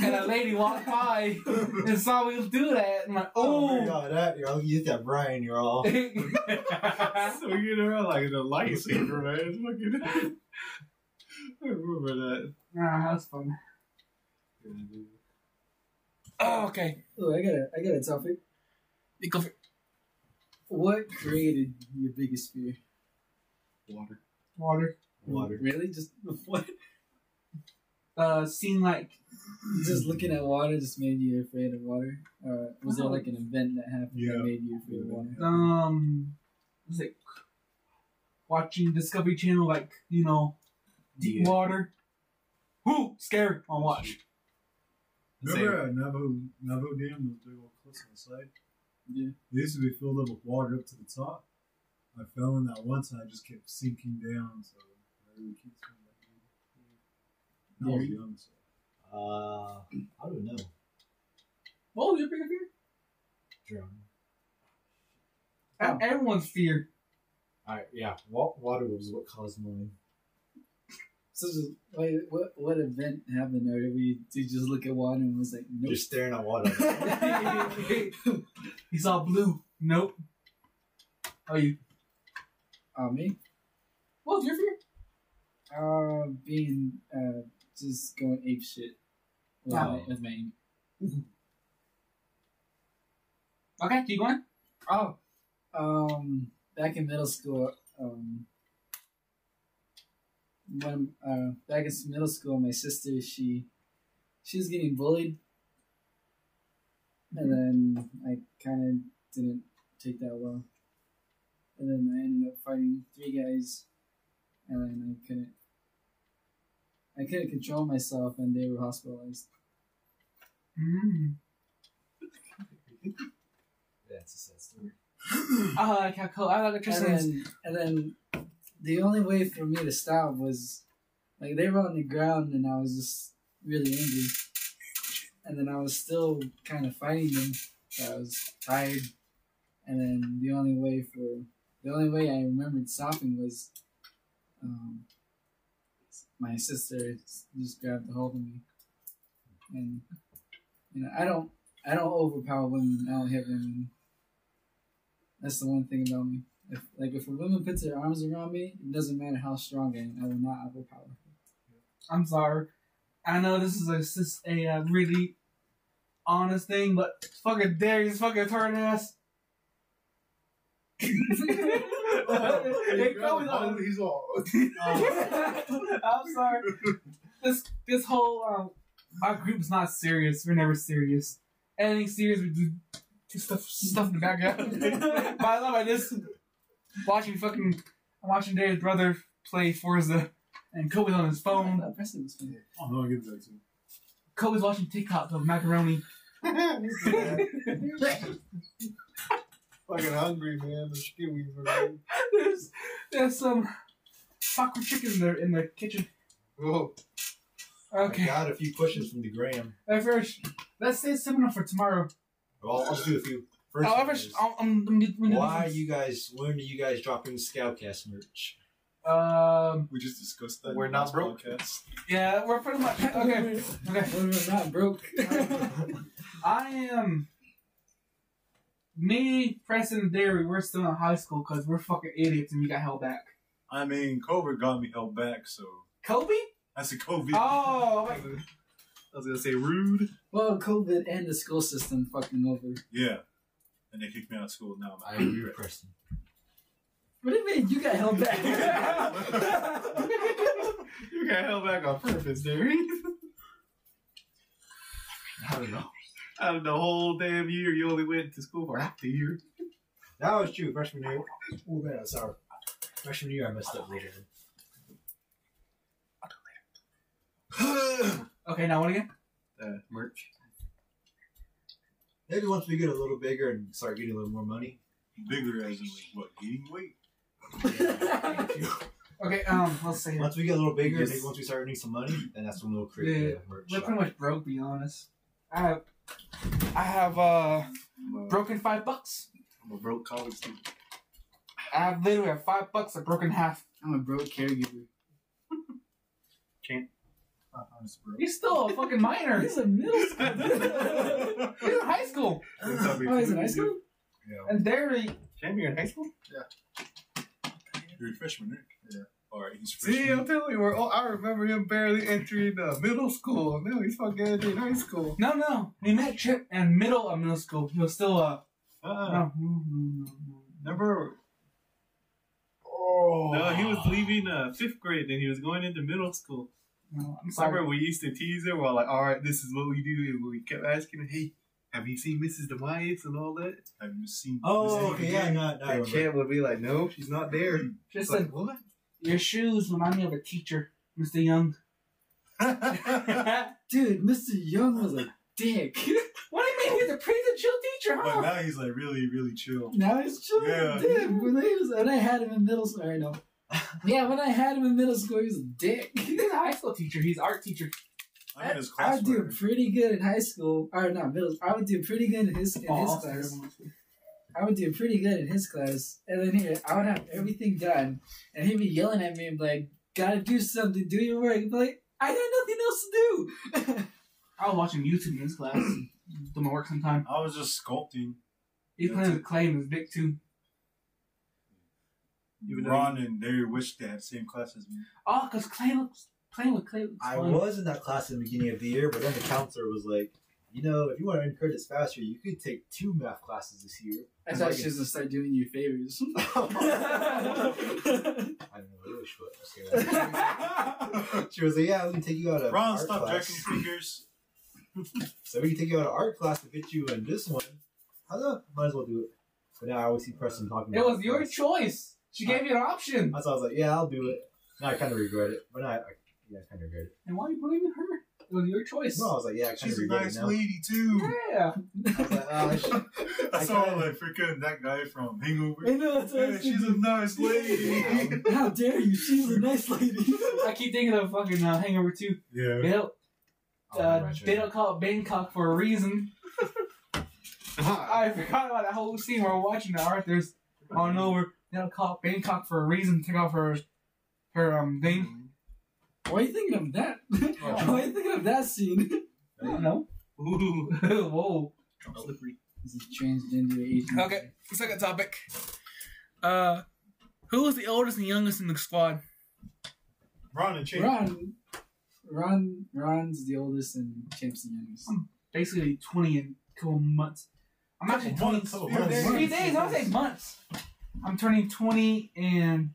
[SPEAKER 2] and a lady walked by and saw me do that, and I'm like,
[SPEAKER 1] Oh, my
[SPEAKER 2] oh,
[SPEAKER 1] God, that you're all, you hit that Brian, you're all.
[SPEAKER 3] swinging around like the lightsaber, man. It's fucking. I remember that.
[SPEAKER 2] nah, that's fun. Oh, okay,
[SPEAKER 5] Oh, I got a I got a topic.
[SPEAKER 2] You go for
[SPEAKER 5] What created your biggest fear?
[SPEAKER 3] Water.
[SPEAKER 2] water.
[SPEAKER 1] Water.
[SPEAKER 5] Really? Just what?
[SPEAKER 2] Uh, seemed like
[SPEAKER 5] Just looking at water just made you afraid of water? Or was there like an event that happened
[SPEAKER 4] Yeah.
[SPEAKER 5] that made you afraid of water?
[SPEAKER 2] um, it was like watching Discovery Channel, like you know, deep
[SPEAKER 1] Yeah.
[SPEAKER 2] water. Whoo, scary Oh, on watch.
[SPEAKER 4] Remember at Navajo, Navajo Dam, those big old cliffs on the side?
[SPEAKER 5] Yeah.
[SPEAKER 4] They used to be filled up with water up to the top. I fell in that once and I just kept sinking down, so I really kept swimming back in. And I was
[SPEAKER 5] Yeah.
[SPEAKER 4] young, so.
[SPEAKER 1] Uh, I don't know.
[SPEAKER 2] What was your biggest fear?
[SPEAKER 1] Drown.
[SPEAKER 2] Uh,
[SPEAKER 5] Oh.
[SPEAKER 2] Everyone's fear.
[SPEAKER 1] Alright, yeah. Wa- Water was what caused mine.
[SPEAKER 5] So just wait, what what event happened or did we did you just look at water and was like nope.
[SPEAKER 1] Just staring at water.
[SPEAKER 2] He's all blue. Nope. Oh, you.
[SPEAKER 5] Oh me?
[SPEAKER 2] What was your fear?
[SPEAKER 5] Uh being uh just going ape shit with, my,
[SPEAKER 1] Oh.
[SPEAKER 5] with my
[SPEAKER 2] Okay, keep going.
[SPEAKER 5] Oh, um, back in middle school, um, when uh, back in middle school, my sister she she was getting bullied, and then I kind of didn't take that well, and then I ended up fighting three guys, and then I couldn't. I couldn't control myself, and they were hospitalized.
[SPEAKER 2] Mm.
[SPEAKER 1] That's a sad story.
[SPEAKER 2] I like how cool. Uh, I like the
[SPEAKER 5] and
[SPEAKER 2] Christmas.
[SPEAKER 5] then, and then the only way for me to stop was like they were on the ground and I was just really angry. And then I was still kind of fighting them. So I was tired. And then the only way for the only way I remembered stopping was um, my sister just grabbed a hold of me. And you know, I don't I don't overpower women, I don't hit women. That's the one thing about me. If, like if a woman puts her arms around me, it doesn't matter how strong I am, I will not overpower her.
[SPEAKER 2] I'm sorry. I know this is a sis- a, uh, really honest thing, but fucking Darius fucking turd ass. they probably
[SPEAKER 4] Oh,
[SPEAKER 2] like,
[SPEAKER 4] he's all.
[SPEAKER 2] I'm sorry. This this whole um, my group's not serious. We're never serious. Anything serious, we do just stuff stuff in the background. but I love I just watching fucking I'm watching Dave's brother play Forza, and Kobe's on his phone.
[SPEAKER 5] That person was funny.
[SPEAKER 4] Oh, no, I'll give it back to you.
[SPEAKER 2] Kobe's watching TikTok of macaroni.
[SPEAKER 3] Fucking hungry, man. The skewy bro.
[SPEAKER 2] There's there's some taco chicken in the in the kitchen.
[SPEAKER 3] Whoa.
[SPEAKER 1] I
[SPEAKER 2] Okay,
[SPEAKER 1] got a few questions from the gram.
[SPEAKER 2] At first, let's say seminar for tomorrow.
[SPEAKER 1] Well, I'll just do a few. First one
[SPEAKER 2] However,
[SPEAKER 1] is,
[SPEAKER 2] I'm, I'm, I'm, I'm
[SPEAKER 1] why are you guys? When are you guys dropping Scoutcast merch?
[SPEAKER 2] Um.
[SPEAKER 3] We just discussed that.
[SPEAKER 1] We're
[SPEAKER 3] in
[SPEAKER 1] not
[SPEAKER 3] this
[SPEAKER 1] broke.
[SPEAKER 3] podcast.
[SPEAKER 2] Yeah, we're pretty much okay. Okay,
[SPEAKER 5] When we're not broke.
[SPEAKER 2] I am. Me, Preston, and Derry, we're still in high school because we're fucking idiots and we got held back.
[SPEAKER 4] I mean, COVID got me held back, so
[SPEAKER 2] Kobe?
[SPEAKER 4] that's a COVID.
[SPEAKER 2] Oh, wait.
[SPEAKER 3] I was gonna say rude.
[SPEAKER 5] well, COVID and the school system fucking over.
[SPEAKER 4] Yeah, and they kicked me out of school. Now
[SPEAKER 1] I
[SPEAKER 4] I'm out.
[SPEAKER 1] agree with Preston.
[SPEAKER 5] What do you mean you got held back?
[SPEAKER 3] You got held back on purpose, Derry.
[SPEAKER 1] I don't know.
[SPEAKER 3] Out of the whole damn year, you only went to school for half the year.
[SPEAKER 1] That was true. Freshman year. Oh man, I'm sorry. Freshman year, I messed up later.
[SPEAKER 2] Okay, now one again.
[SPEAKER 3] Uh, merch.
[SPEAKER 1] Maybe once we get a little bigger and start getting a little more money.
[SPEAKER 4] Bigger as in like what? Gaining weight?
[SPEAKER 2] Okay, um, let's see.
[SPEAKER 1] Once we get a little bigger,
[SPEAKER 3] Yes.
[SPEAKER 1] maybe once we start earning some money, then that's when we'll
[SPEAKER 2] Yeah,
[SPEAKER 1] create
[SPEAKER 2] yeah.
[SPEAKER 1] the merch.
[SPEAKER 2] We're
[SPEAKER 1] shop.
[SPEAKER 2] pretty much broke, be honest. I have, I have uh,
[SPEAKER 4] I'm a-
[SPEAKER 2] broken five bucks.
[SPEAKER 4] I'm a broke college student.
[SPEAKER 2] I have literally have five bucks. I broken half.
[SPEAKER 5] I'm a broke caregiver.
[SPEAKER 4] I- I'm just broke.
[SPEAKER 2] He's still a fucking minor.
[SPEAKER 5] He's a middle school.
[SPEAKER 2] He's in high school.
[SPEAKER 5] oh, he's in high school?
[SPEAKER 1] Yeah.
[SPEAKER 2] And Derry,
[SPEAKER 3] Jamie, you're in high school?
[SPEAKER 4] You're a freshman, Nick. Yeah. All right, he's
[SPEAKER 3] See, I'm
[SPEAKER 4] freshman.
[SPEAKER 3] telling you, we're all, I remember him barely entering uh, middle school. Now he's fucking entering high school.
[SPEAKER 2] No, no. We met Chip in middle of middle school. He was still uh. No.
[SPEAKER 3] Uh-uh.
[SPEAKER 2] no, no, no, no.
[SPEAKER 3] Remember?
[SPEAKER 1] Oh.
[SPEAKER 3] No, he was leaving uh, fifth grade and he was going into middle school.
[SPEAKER 2] No, I'm sorry.
[SPEAKER 3] Remember we used to tease her. We're like, all right, this is what we do. And we kept asking her, hey, have you seen Mrs. Demise and all that?
[SPEAKER 4] Have you seen?
[SPEAKER 1] Oh,
[SPEAKER 4] seen
[SPEAKER 1] okay,
[SPEAKER 4] him?
[SPEAKER 1] yeah, not, not
[SPEAKER 3] and Chad would be like, no, she's not there.
[SPEAKER 2] Just
[SPEAKER 3] It's
[SPEAKER 2] like
[SPEAKER 3] like, what?
[SPEAKER 2] your shoes remind me of a teacher, Mr. Young.
[SPEAKER 4] but
[SPEAKER 2] what
[SPEAKER 5] Dude, Mr. Young was a dick.
[SPEAKER 2] do you mean he's a pretty chill teacher? Huh?
[SPEAKER 4] now he's like really, really chill.
[SPEAKER 5] now he's chilling.
[SPEAKER 4] Yeah.
[SPEAKER 5] Dude, when I, was, when I had him in middle school, or no. Yeah, when I had him in middle school, he was a dick.
[SPEAKER 2] He's a high school teacher. He's art teacher.
[SPEAKER 4] I'm in his
[SPEAKER 5] I
[SPEAKER 4] class.
[SPEAKER 5] would do pretty good in high school, or not middle. I would do pretty good in his in his
[SPEAKER 2] Oh,
[SPEAKER 5] class. I would do pretty good in his class, and then here I would have everything done, and he'd be yelling at me and be like, "Gotta do something, do your work." I'd be like, "I got nothing else to do."
[SPEAKER 2] I was watching YouTube in his class. Doing my work sometime.
[SPEAKER 4] I was just sculpting.
[SPEAKER 2] He's playing with clay and his big too.
[SPEAKER 3] Even though
[SPEAKER 4] Ron and Derry wished they had same class as me.
[SPEAKER 2] Oh, cause clay looks playing with clay. Looks
[SPEAKER 1] I
[SPEAKER 2] fun.
[SPEAKER 1] was in that class in the beginning of the year, but then the counselor was like, you know, if you want to earn credits faster, you could take two math classes this year.
[SPEAKER 5] I thought she was gonna start doing you favors.
[SPEAKER 1] I don't know, English, but okay. She was like, yeah, we can take you out of
[SPEAKER 4] Ron,
[SPEAKER 1] art
[SPEAKER 4] stop
[SPEAKER 1] class.
[SPEAKER 4] jacking fingers.
[SPEAKER 1] So we can take you out of art class to fit you in this one. I thought, might as well do it. But now I always see Preston talking
[SPEAKER 2] It
[SPEAKER 1] about
[SPEAKER 2] was your
[SPEAKER 1] class.
[SPEAKER 2] choice. She gave you an option.
[SPEAKER 1] That's why I was like, yeah, I'll do it. Now I kind of regret it. But now I, I, yeah, I kind of regret it.
[SPEAKER 2] And why are you blaming her? It was your choice.
[SPEAKER 1] No, I was like, yeah, I kind
[SPEAKER 4] She's
[SPEAKER 1] of
[SPEAKER 4] a
[SPEAKER 1] regret
[SPEAKER 4] nice
[SPEAKER 1] it now.
[SPEAKER 4] lady too.
[SPEAKER 2] Yeah.
[SPEAKER 1] I was like, oh, shit.
[SPEAKER 4] I
[SPEAKER 1] I
[SPEAKER 4] saw
[SPEAKER 1] kinda-
[SPEAKER 4] like freaking that guy from Hangover.
[SPEAKER 5] I know that's what I
[SPEAKER 4] Yeah,
[SPEAKER 5] was
[SPEAKER 4] she's a
[SPEAKER 5] thinking.
[SPEAKER 4] nice lady.
[SPEAKER 5] How dare you? She's a nice lady.
[SPEAKER 2] I keep thinking of fucking uh, Hangover 2.
[SPEAKER 4] yeah.
[SPEAKER 2] They don't,
[SPEAKER 1] Oh,
[SPEAKER 2] uh,
[SPEAKER 1] right, right,
[SPEAKER 2] they
[SPEAKER 1] right.
[SPEAKER 2] don't call it Bangkok for a reason.
[SPEAKER 3] Ah,
[SPEAKER 2] I forgot about that whole scene where we're watching the Arthur's on over. They don't call it Bangkok for a reason. Take off her her um thing.
[SPEAKER 5] Why are you thinking of that? Why are you thinking of that scene?
[SPEAKER 2] I don't know.
[SPEAKER 3] Ooh.
[SPEAKER 2] Whoa.
[SPEAKER 3] Slippery.
[SPEAKER 5] This is transgender Asian.
[SPEAKER 2] Okay. Second topic. Uh, who was the oldest and youngest in the squad?
[SPEAKER 4] Ron and Chase.
[SPEAKER 5] Ron, Ron, Ron's the oldest and Champ's the youngest.
[SPEAKER 2] Basically, 20 and couple months. I'm actually 20.
[SPEAKER 4] Couple
[SPEAKER 2] Three
[SPEAKER 4] months.
[SPEAKER 2] days. I would say months. I'm turning 20 in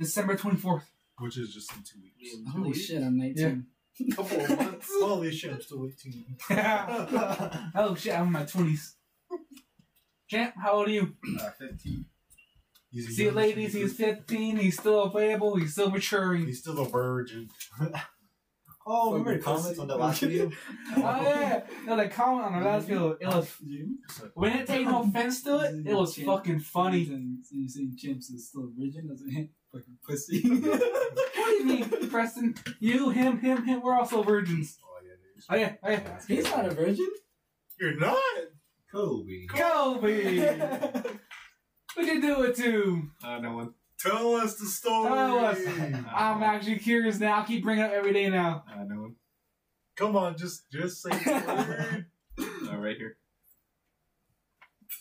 [SPEAKER 2] December 24th.
[SPEAKER 4] which is just in two weeks.
[SPEAKER 5] Holy shit, I'm 19.
[SPEAKER 3] Couple of months.
[SPEAKER 1] Holy shit, I'm still 18. uh,
[SPEAKER 2] oh shit, I'm in my 20s. Champ, how old are you?
[SPEAKER 1] 15.
[SPEAKER 4] He's a
[SPEAKER 2] See,
[SPEAKER 4] young
[SPEAKER 2] ladies,
[SPEAKER 4] kid.
[SPEAKER 2] he's 15. He's still available. He's still maturing.
[SPEAKER 4] He's still a virgin.
[SPEAKER 1] Oh,
[SPEAKER 5] Fucking
[SPEAKER 1] remember the comments
[SPEAKER 5] pussy.
[SPEAKER 1] on the last video?
[SPEAKER 2] Oh yeah, no, the comment on the last video, it was.
[SPEAKER 5] You?
[SPEAKER 2] We didn't take no offense to it. It was fucking funny. What
[SPEAKER 5] And so you're saying chimps is still virgin? That's a fucking pussy.
[SPEAKER 2] do you mean, Preston? You, him, him, him. We're also virgins.
[SPEAKER 4] Oh yeah, dude.
[SPEAKER 2] Oh yeah, oh yeah.
[SPEAKER 5] He's not a virgin.
[SPEAKER 4] You're not.
[SPEAKER 1] Kobe.
[SPEAKER 2] Kobe, we can do it too.
[SPEAKER 3] Uh, no one.
[SPEAKER 4] Tell us the story.
[SPEAKER 2] Tell us. I'm actually curious now. I keep bringing it up every day now.
[SPEAKER 3] Uh, no one.
[SPEAKER 4] Come on, just just say the word.
[SPEAKER 3] Uh, right here.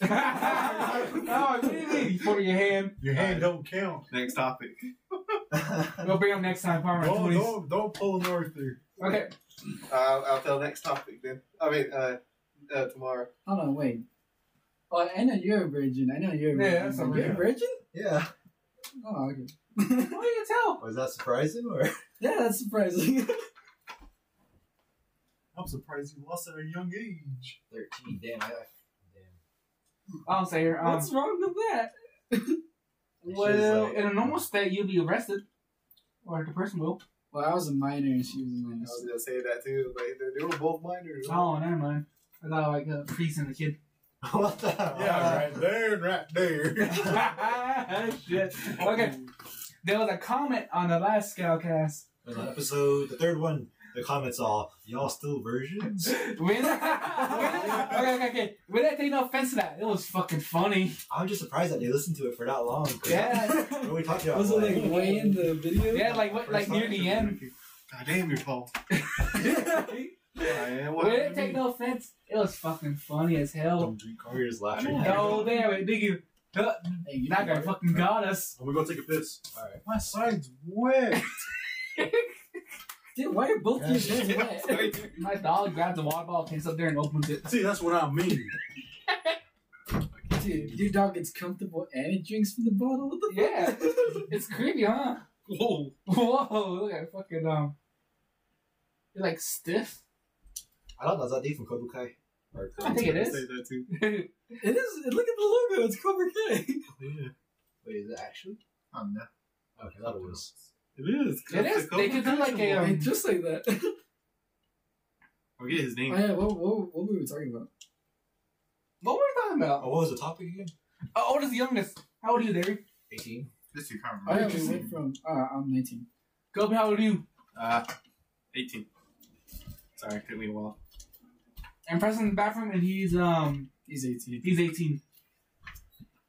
[SPEAKER 2] oh, what do you mean? You put it in your hand.
[SPEAKER 4] Your hand
[SPEAKER 3] Uh,
[SPEAKER 4] don't count.
[SPEAKER 3] Next topic.
[SPEAKER 1] uh,
[SPEAKER 2] We'll bring it up next time. Palmer,
[SPEAKER 4] Don't,
[SPEAKER 2] 20s.
[SPEAKER 4] don't, don't pull an Arthur.
[SPEAKER 2] Okay.
[SPEAKER 3] I'll, I'll tell next topic then. I mean, uh, uh, tomorrow.
[SPEAKER 5] Hold on, wait. Oh, I know you're a virgin. I know you're a
[SPEAKER 2] Yeah,
[SPEAKER 5] virgin.
[SPEAKER 2] that's a
[SPEAKER 5] You're
[SPEAKER 1] virgin.
[SPEAKER 5] a virgin?
[SPEAKER 1] yeah.
[SPEAKER 5] Oh, okay.
[SPEAKER 2] What do you tell?
[SPEAKER 1] Was that surprising or?
[SPEAKER 5] Yeah, that's surprising.
[SPEAKER 4] I'm surprised you lost at a young age.
[SPEAKER 1] 13. Damn, I. Damn.
[SPEAKER 2] I'll say here. Um,
[SPEAKER 5] What's wrong with that?
[SPEAKER 2] well,
[SPEAKER 1] She's like-
[SPEAKER 2] in a normal state, you'll be arrested, or the person will.
[SPEAKER 5] Well, I was a minor and she was a
[SPEAKER 3] I
[SPEAKER 5] minor.
[SPEAKER 3] was gonna say that too. Like they, they were both minors.
[SPEAKER 2] Oh, never mind. I thought like uh, a priest and a kid.
[SPEAKER 1] what the hell?
[SPEAKER 4] Yeah, right there, right there.
[SPEAKER 2] Shit. Okay. There was a comment on the last Scoutcast.
[SPEAKER 1] It was on episode, the third one, the comments all, y'all still virgins?
[SPEAKER 2] We didn't, we didn't- okay, okay, okay. We didn't take no offense to that. It was fucking funny.
[SPEAKER 1] I'm just surprised that they listened to it for that long. 'cause
[SPEAKER 2] Yeah.
[SPEAKER 1] What are we talking about?
[SPEAKER 5] Was it like way in the video?
[SPEAKER 2] Yeah, like what,
[SPEAKER 1] First
[SPEAKER 2] like near
[SPEAKER 1] time
[SPEAKER 2] the end.
[SPEAKER 3] God damn, you're tall.
[SPEAKER 2] we didn't take no offense. It was fucking funny as hell.
[SPEAKER 4] Don't drink
[SPEAKER 1] we were
[SPEAKER 4] Arthur.
[SPEAKER 1] just laughing.
[SPEAKER 3] I know.
[SPEAKER 2] No, damn it, nigga. That
[SPEAKER 5] Hey, you
[SPEAKER 2] that
[SPEAKER 5] know
[SPEAKER 2] guy
[SPEAKER 5] what?
[SPEAKER 2] fucking got us.
[SPEAKER 4] I'm gonna go take a piss.
[SPEAKER 1] Alright.
[SPEAKER 4] My side's wet.
[SPEAKER 5] Dude, why are both
[SPEAKER 1] Yeah,
[SPEAKER 5] your hands wet?
[SPEAKER 2] My dog grabbed the water bottle, takes up there, and opens it.
[SPEAKER 4] See, that's what I mean.
[SPEAKER 5] Dude, your dog gets comfortable and it drinks from the bottle. What the
[SPEAKER 2] Yeah, it's creepy, huh?
[SPEAKER 3] Whoa.
[SPEAKER 2] Whoa, look at fucking um. You're like stiff.
[SPEAKER 1] I don't know, is that dude from Cobra Kai? Or
[SPEAKER 2] I think it
[SPEAKER 3] I
[SPEAKER 2] is.
[SPEAKER 3] say that too.
[SPEAKER 5] It is. Look at the logo. It's Cobra Kai.
[SPEAKER 3] Yeah.
[SPEAKER 1] Wait, is it actually?
[SPEAKER 3] Oh, no.
[SPEAKER 1] Okay, that was.
[SPEAKER 3] It is.
[SPEAKER 2] It is. They could do like a, um,
[SPEAKER 5] Hey, just like that. oh
[SPEAKER 3] Forget his name.
[SPEAKER 5] yeah. What, what, what were we talking about?
[SPEAKER 2] What were we talking
[SPEAKER 1] Oh,
[SPEAKER 2] about?
[SPEAKER 1] what was the topic again?
[SPEAKER 2] How old is the youngest? How old are you, Derry?
[SPEAKER 1] 18.
[SPEAKER 3] This is kind
[SPEAKER 5] Oh
[SPEAKER 3] of
[SPEAKER 5] yeah, we went from. Uh, I'm 19.
[SPEAKER 2] Gobi, how old are you?
[SPEAKER 3] Uh, 18. Sorry, took me a while.
[SPEAKER 2] And Preston's in the bathroom, and he's um
[SPEAKER 5] He's 18.
[SPEAKER 2] he's 18.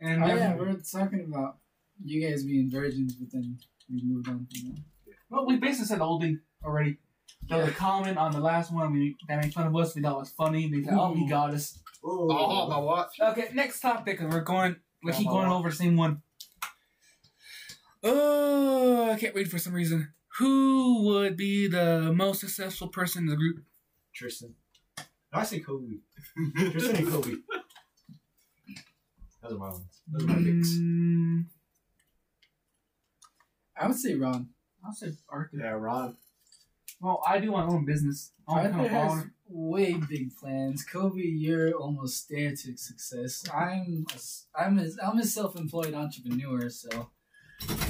[SPEAKER 2] And
[SPEAKER 5] Oh
[SPEAKER 2] um,
[SPEAKER 5] yeah, we were talking about you guys being virgins, but then we moved on from that.
[SPEAKER 2] well, we basically said the whole thing already. There was a comment on the last one we that made fun of us. We thought it was funny. They thought, "Oh, he got us."
[SPEAKER 1] Oh,
[SPEAKER 3] watch.
[SPEAKER 2] Okay, next topic. and We're going. We keep going over the same one. Oh, I can't read for some reason. Who would be the most successful person in the group?
[SPEAKER 1] Tristan. No, I say Kobe. Tristan and Kobe. Those are my ones. Those are my picks.
[SPEAKER 2] Mm,
[SPEAKER 5] I would say Ron.
[SPEAKER 2] I'll say Arthur.
[SPEAKER 3] Yeah, Ron.
[SPEAKER 2] Well, I do my own business.
[SPEAKER 3] Oh,
[SPEAKER 2] I'm kind
[SPEAKER 5] Arthur
[SPEAKER 2] of
[SPEAKER 5] has
[SPEAKER 2] baller.
[SPEAKER 5] way big plans. Kobe, you're almost there to success. I'm a s- I'm a, I'm a self-employed entrepreneur, so.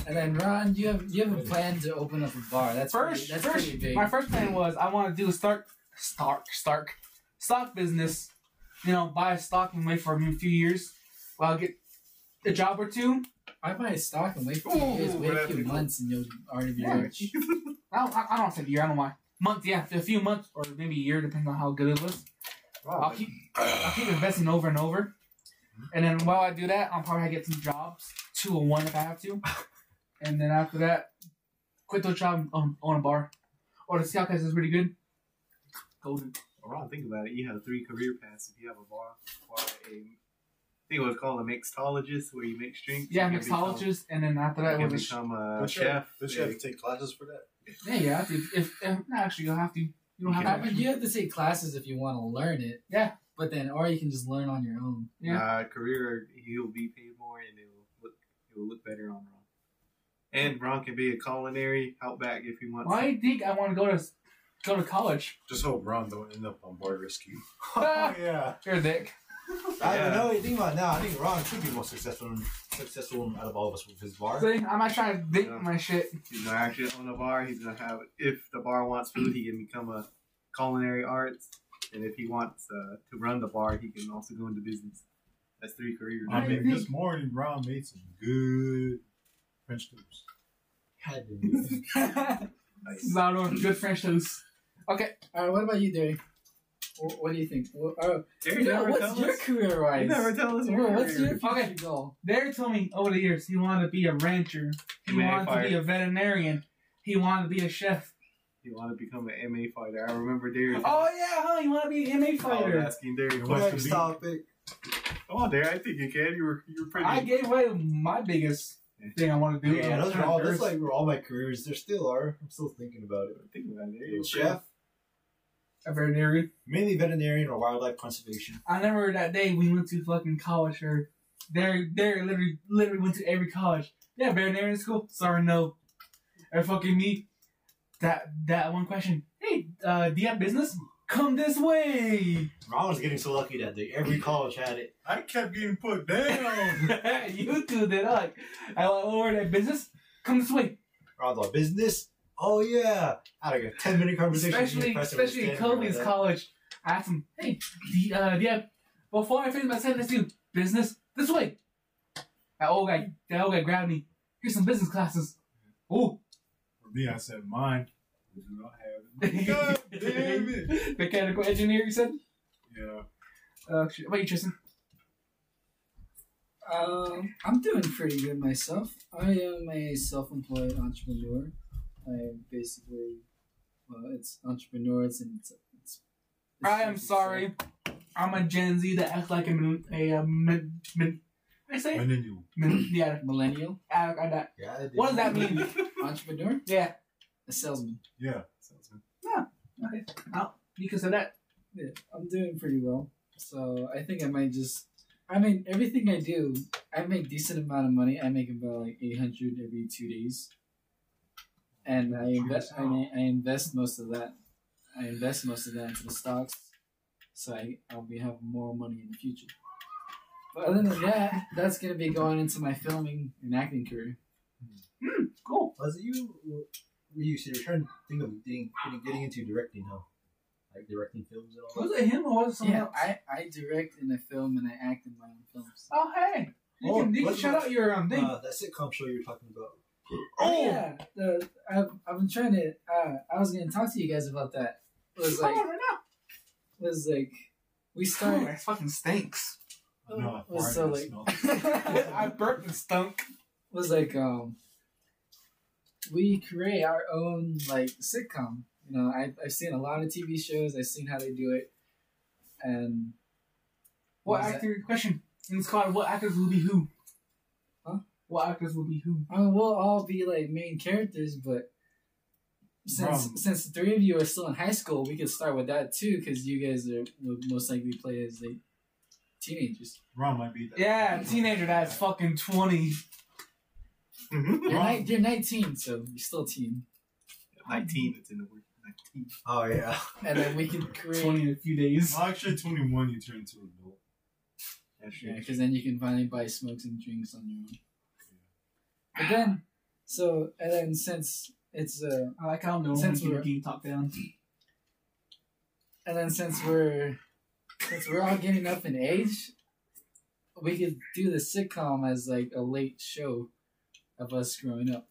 [SPEAKER 5] And then Ron, you have you have a plan to open up a bar. That's
[SPEAKER 2] First,
[SPEAKER 5] pretty, that's
[SPEAKER 2] first,
[SPEAKER 5] pretty big.
[SPEAKER 2] my first plan was I want to do a start, stark, stark, stock business. You know, buy a stock and wait for a few years. Well, I'll get a job or two.
[SPEAKER 5] I buy a stock and wait for
[SPEAKER 3] Ooh,
[SPEAKER 5] years, wait a
[SPEAKER 3] that'd be
[SPEAKER 5] few
[SPEAKER 3] cool.
[SPEAKER 5] months, and you'll already be
[SPEAKER 2] Yeah.
[SPEAKER 5] rich.
[SPEAKER 2] I don't, I I don't say year. I don't know why. Month, yeah, a few months or maybe a year, depends on how good it was. I'll keep I'll keep investing over and over. And then while I do that, I'll probably get some jobs, two or one if I have to. And then after that, quit the job and um, own, own a bar. Or the scout cast is really good. Golden.
[SPEAKER 3] Ron, think about it. You have three career paths if you have a bar or a, I think it was called a mixologist where you mix drinks.
[SPEAKER 2] Yeah,
[SPEAKER 3] You can become-
[SPEAKER 2] mixologist, and then after that,
[SPEAKER 3] You
[SPEAKER 2] with
[SPEAKER 3] can
[SPEAKER 2] a sh-
[SPEAKER 3] become a
[SPEAKER 1] That's right.
[SPEAKER 3] chef.
[SPEAKER 1] Don't you have to take classes for that?
[SPEAKER 2] yeah, yeah. If, if, if no, actually you'll have to, you don't have
[SPEAKER 3] Yeah.
[SPEAKER 5] Uh,
[SPEAKER 2] to.
[SPEAKER 5] but
[SPEAKER 2] actually-
[SPEAKER 5] you have to take classes if you want to learn it.
[SPEAKER 2] Yeah.
[SPEAKER 5] But then, or you can just learn on your own.
[SPEAKER 2] Yeah.
[SPEAKER 3] Uh, career, you'll be paid more and it'll look. It'll look better on Ron. And Ron can be a culinary outback if he wants.
[SPEAKER 2] Why do you think I want to go to go to college?
[SPEAKER 6] Just hope Ron don't end up on Bar Rescue.
[SPEAKER 4] Oh, yeah.
[SPEAKER 2] You're a dick.
[SPEAKER 1] I
[SPEAKER 3] Yeah.
[SPEAKER 1] don't know anything about it now. I think Ron should be more successful successful out of all of us with his bar.
[SPEAKER 2] See, I'm not trying to think
[SPEAKER 3] Yeah.
[SPEAKER 2] my shit.
[SPEAKER 3] He's gonna actually own a bar. He's gonna have if the bar wants food, he can become a culinary arts, and if he wants uh, to run the bar, he can also go into business. That's three careers.
[SPEAKER 4] I mean, this morning Ron made some good French toast.
[SPEAKER 1] God damn it.
[SPEAKER 3] Nice.
[SPEAKER 2] Zaro, good French toast.
[SPEAKER 5] All right, what about you, Derry? What, what do you think? What, uh,
[SPEAKER 3] Derry
[SPEAKER 5] yeah,
[SPEAKER 3] never
[SPEAKER 5] what's
[SPEAKER 3] tell
[SPEAKER 5] your
[SPEAKER 3] us.
[SPEAKER 5] career
[SPEAKER 3] You
[SPEAKER 5] wise?
[SPEAKER 3] never tell us. your
[SPEAKER 5] What's your
[SPEAKER 3] career.
[SPEAKER 5] future
[SPEAKER 2] Okay.
[SPEAKER 5] goal?
[SPEAKER 2] Derek told me over the years he wanted to be a rancher. He
[SPEAKER 3] MA
[SPEAKER 2] wanted to be
[SPEAKER 3] fighter.
[SPEAKER 2] a veterinarian. He wanted to be a chef.
[SPEAKER 3] You want to become an MA fighter? I remember Derry.
[SPEAKER 2] Oh yeah, huh? You want to be an MA
[SPEAKER 3] I was
[SPEAKER 2] fighter?
[SPEAKER 3] asking Derry.
[SPEAKER 4] What's
[SPEAKER 3] Come
[SPEAKER 4] the beat?
[SPEAKER 1] Stop it.
[SPEAKER 3] on, Derry. I think you can. You were you were pretty.
[SPEAKER 2] I gave away my biggest thing I want to do.
[SPEAKER 1] Yeah, those are all. That's
[SPEAKER 2] Entrepreneurs.
[SPEAKER 1] like were all my careers. There still are. I'm still thinking about it.
[SPEAKER 3] Think about it. Derry, you were
[SPEAKER 1] Chef,
[SPEAKER 2] a veterinarian.
[SPEAKER 1] mainly veterinarian or wildlife conservation.
[SPEAKER 2] I remember that day we went to fucking college. Or Derek, Derek literally, literally went to every college. Yeah, veterinarian school. Sorry, no. And fucking me. That that one question. Hey, uh, do you have business? Come this way.
[SPEAKER 1] Ron was getting so lucky that day. Every college had it.
[SPEAKER 4] I kept getting put down.
[SPEAKER 2] you two did like. I went over that business. Come this way.
[SPEAKER 1] Ron's like business. Oh yeah, out of a ten minute conversation.
[SPEAKER 2] especially especially in Kobe's college. I asked him, hey, the, uh, yeah, before I finish my sentence, do business this way. That old guy, that old guy grabbed me. Here's some business classes. Ooh,
[SPEAKER 4] For me, I said mine. We do not have it. God damn it.
[SPEAKER 2] mechanical engineer. You said.
[SPEAKER 4] Yeah.
[SPEAKER 2] Uh, shit. wait, Tristan.
[SPEAKER 5] Um, I'm doing pretty good myself. I am a self-employed entrepreneur. I basically, well, it's entrepreneurs and it's. it's, it's
[SPEAKER 2] I am sorry. I'm a Gen Z that acts like a min, a, uh min, min, I say
[SPEAKER 4] And then you.
[SPEAKER 2] min, yeah.
[SPEAKER 5] Millennial
[SPEAKER 2] I, I, that.
[SPEAKER 1] Yeah,
[SPEAKER 2] What does that mean?
[SPEAKER 5] entrepreneur,
[SPEAKER 2] Yeah,
[SPEAKER 5] a salesman.
[SPEAKER 4] Yeah.
[SPEAKER 3] Sounds
[SPEAKER 2] you can say that.
[SPEAKER 5] Yeah, I'm doing pretty well. So I think I might just. I mean, everything I do, I make decent amount of money. I make about like 800 every two days, and I invest. I, mean, I invest most of that. I invest most of that into the stocks, so I, I'll be having more money in the future. But other than that, that's gonna be going into my filming and acting career.
[SPEAKER 2] Cool.
[SPEAKER 1] Was it you? Were you? So you're trying to think of getting, getting into directing now, like directing films and all.
[SPEAKER 2] Was it him or was it someone
[SPEAKER 5] yeah,
[SPEAKER 2] else?
[SPEAKER 5] I, I direct and I film and I act in my own films.
[SPEAKER 2] Oh hey, you
[SPEAKER 1] Oh,
[SPEAKER 2] can, you can
[SPEAKER 1] what's
[SPEAKER 2] shout
[SPEAKER 1] my-
[SPEAKER 2] out your um
[SPEAKER 1] that?
[SPEAKER 2] thing.
[SPEAKER 1] Uh, that sitcom show you were talking about.
[SPEAKER 5] Oh yeah, the, I've, I've been trying to. Uh, I was gonna talk to you guys about that. It was like
[SPEAKER 2] Come on right now.
[SPEAKER 5] was like we
[SPEAKER 2] Ooh,
[SPEAKER 5] started.
[SPEAKER 2] that fucking stinks.
[SPEAKER 4] No,
[SPEAKER 5] It was so
[SPEAKER 4] I
[SPEAKER 5] like
[SPEAKER 4] smelled it.
[SPEAKER 2] I burped and stunk.
[SPEAKER 5] was like um we create our own like sitcom. You know, I I've seen a lot of TV shows. I've seen how they do it, and
[SPEAKER 2] What
[SPEAKER 5] What was
[SPEAKER 2] actor? Question. And it's called What Actors Will Be Who?
[SPEAKER 5] Huh?
[SPEAKER 2] What actors will be who?
[SPEAKER 5] I mean, we'll all be like main characters, but. Since,
[SPEAKER 4] Bro.
[SPEAKER 5] since the three of you are still in high school, we could start with that too, because you guys are would most likely play as like teenagers.
[SPEAKER 4] Ron might be that.
[SPEAKER 2] Yeah, teenager that's fucking twenty.
[SPEAKER 3] good.
[SPEAKER 5] You're,
[SPEAKER 4] Wrong.
[SPEAKER 5] ni- you're 19, so you're still teen.
[SPEAKER 3] Nineteen. It's in the word. Nineteen.
[SPEAKER 1] Oh yeah.
[SPEAKER 5] And then we can create.
[SPEAKER 2] Twenty in a few days.
[SPEAKER 4] Well, actually, 21, you turn into an adult.
[SPEAKER 3] That's true.
[SPEAKER 5] Because then you can finally buy smokes and drinks on your own. But then, so, and then since it's, uh,
[SPEAKER 2] I like how no one
[SPEAKER 5] Since
[SPEAKER 2] can
[SPEAKER 5] we're-
[SPEAKER 2] game top down.
[SPEAKER 5] and then since we're, since we're all getting up in age, we could do the sitcom as like a late show of us growing up.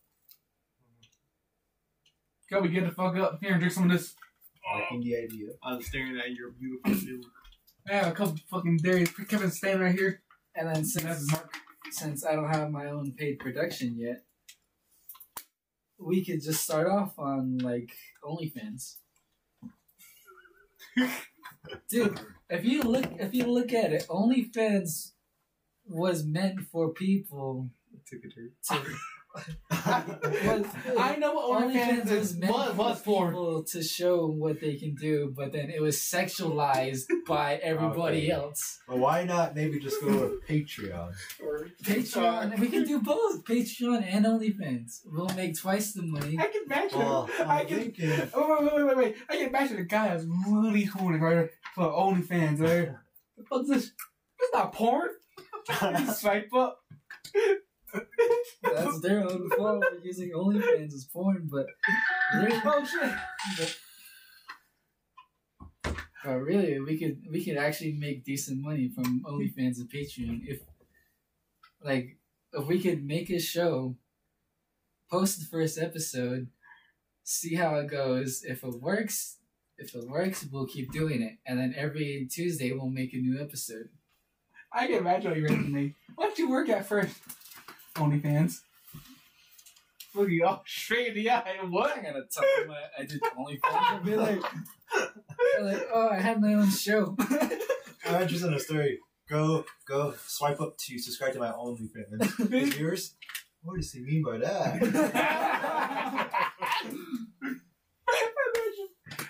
[SPEAKER 2] Kobe, get the fuck up here and drink some of this.
[SPEAKER 1] I like the idea.
[SPEAKER 3] I'm staring at your beautiful new
[SPEAKER 2] I have a couple fucking dairy. Kevin standing right here.
[SPEAKER 5] And then
[SPEAKER 2] That's
[SPEAKER 5] since,
[SPEAKER 2] Mark.
[SPEAKER 5] since I don't have my own paid production yet, we could just start off on like OnlyFans. Dude, if you look if you look at it, OnlyFans was meant for people
[SPEAKER 3] ticketer.
[SPEAKER 5] to
[SPEAKER 2] I know what OnlyFans is was, was for.
[SPEAKER 5] people to show what they can do, but then it was sexualized by everybody
[SPEAKER 6] Okay.
[SPEAKER 5] else.
[SPEAKER 1] But why not maybe just go with Patreon?
[SPEAKER 3] Or
[SPEAKER 5] Patreon, we can do both Patreon and OnlyFans. We'll make twice the money.
[SPEAKER 2] I can imagine.
[SPEAKER 1] Well,
[SPEAKER 2] I
[SPEAKER 1] I'm
[SPEAKER 2] can.
[SPEAKER 1] thinking.
[SPEAKER 2] Oh, wait, wait, wait, wait. I can imagine a guy that's really horny right for OnlyFans, right? The fuck's this? It's not porn. You swipe up.
[SPEAKER 5] That's their own fault for using OnlyFans as porn, but they're-
[SPEAKER 2] Oh shit.
[SPEAKER 5] but Oh, really, we could we could actually make decent money from OnlyFans and Patreon if, like, if we could make a show, post the first episode, see how it goes. If it works, if it works, we'll keep doing it, and then every Tuesday we'll make a new episode.
[SPEAKER 2] I can imagine what you're asking me. Why'd you work at first? OnlyFans. Look at you all straight in the eye. What?
[SPEAKER 5] I'm gonna tell them I, I did OnlyFans. I'll be like, they're like, oh, I had my own show.
[SPEAKER 1] I'm interested in a story. Go, go, swipe up to subscribe to my OnlyFans. Is yours? What does he mean by that?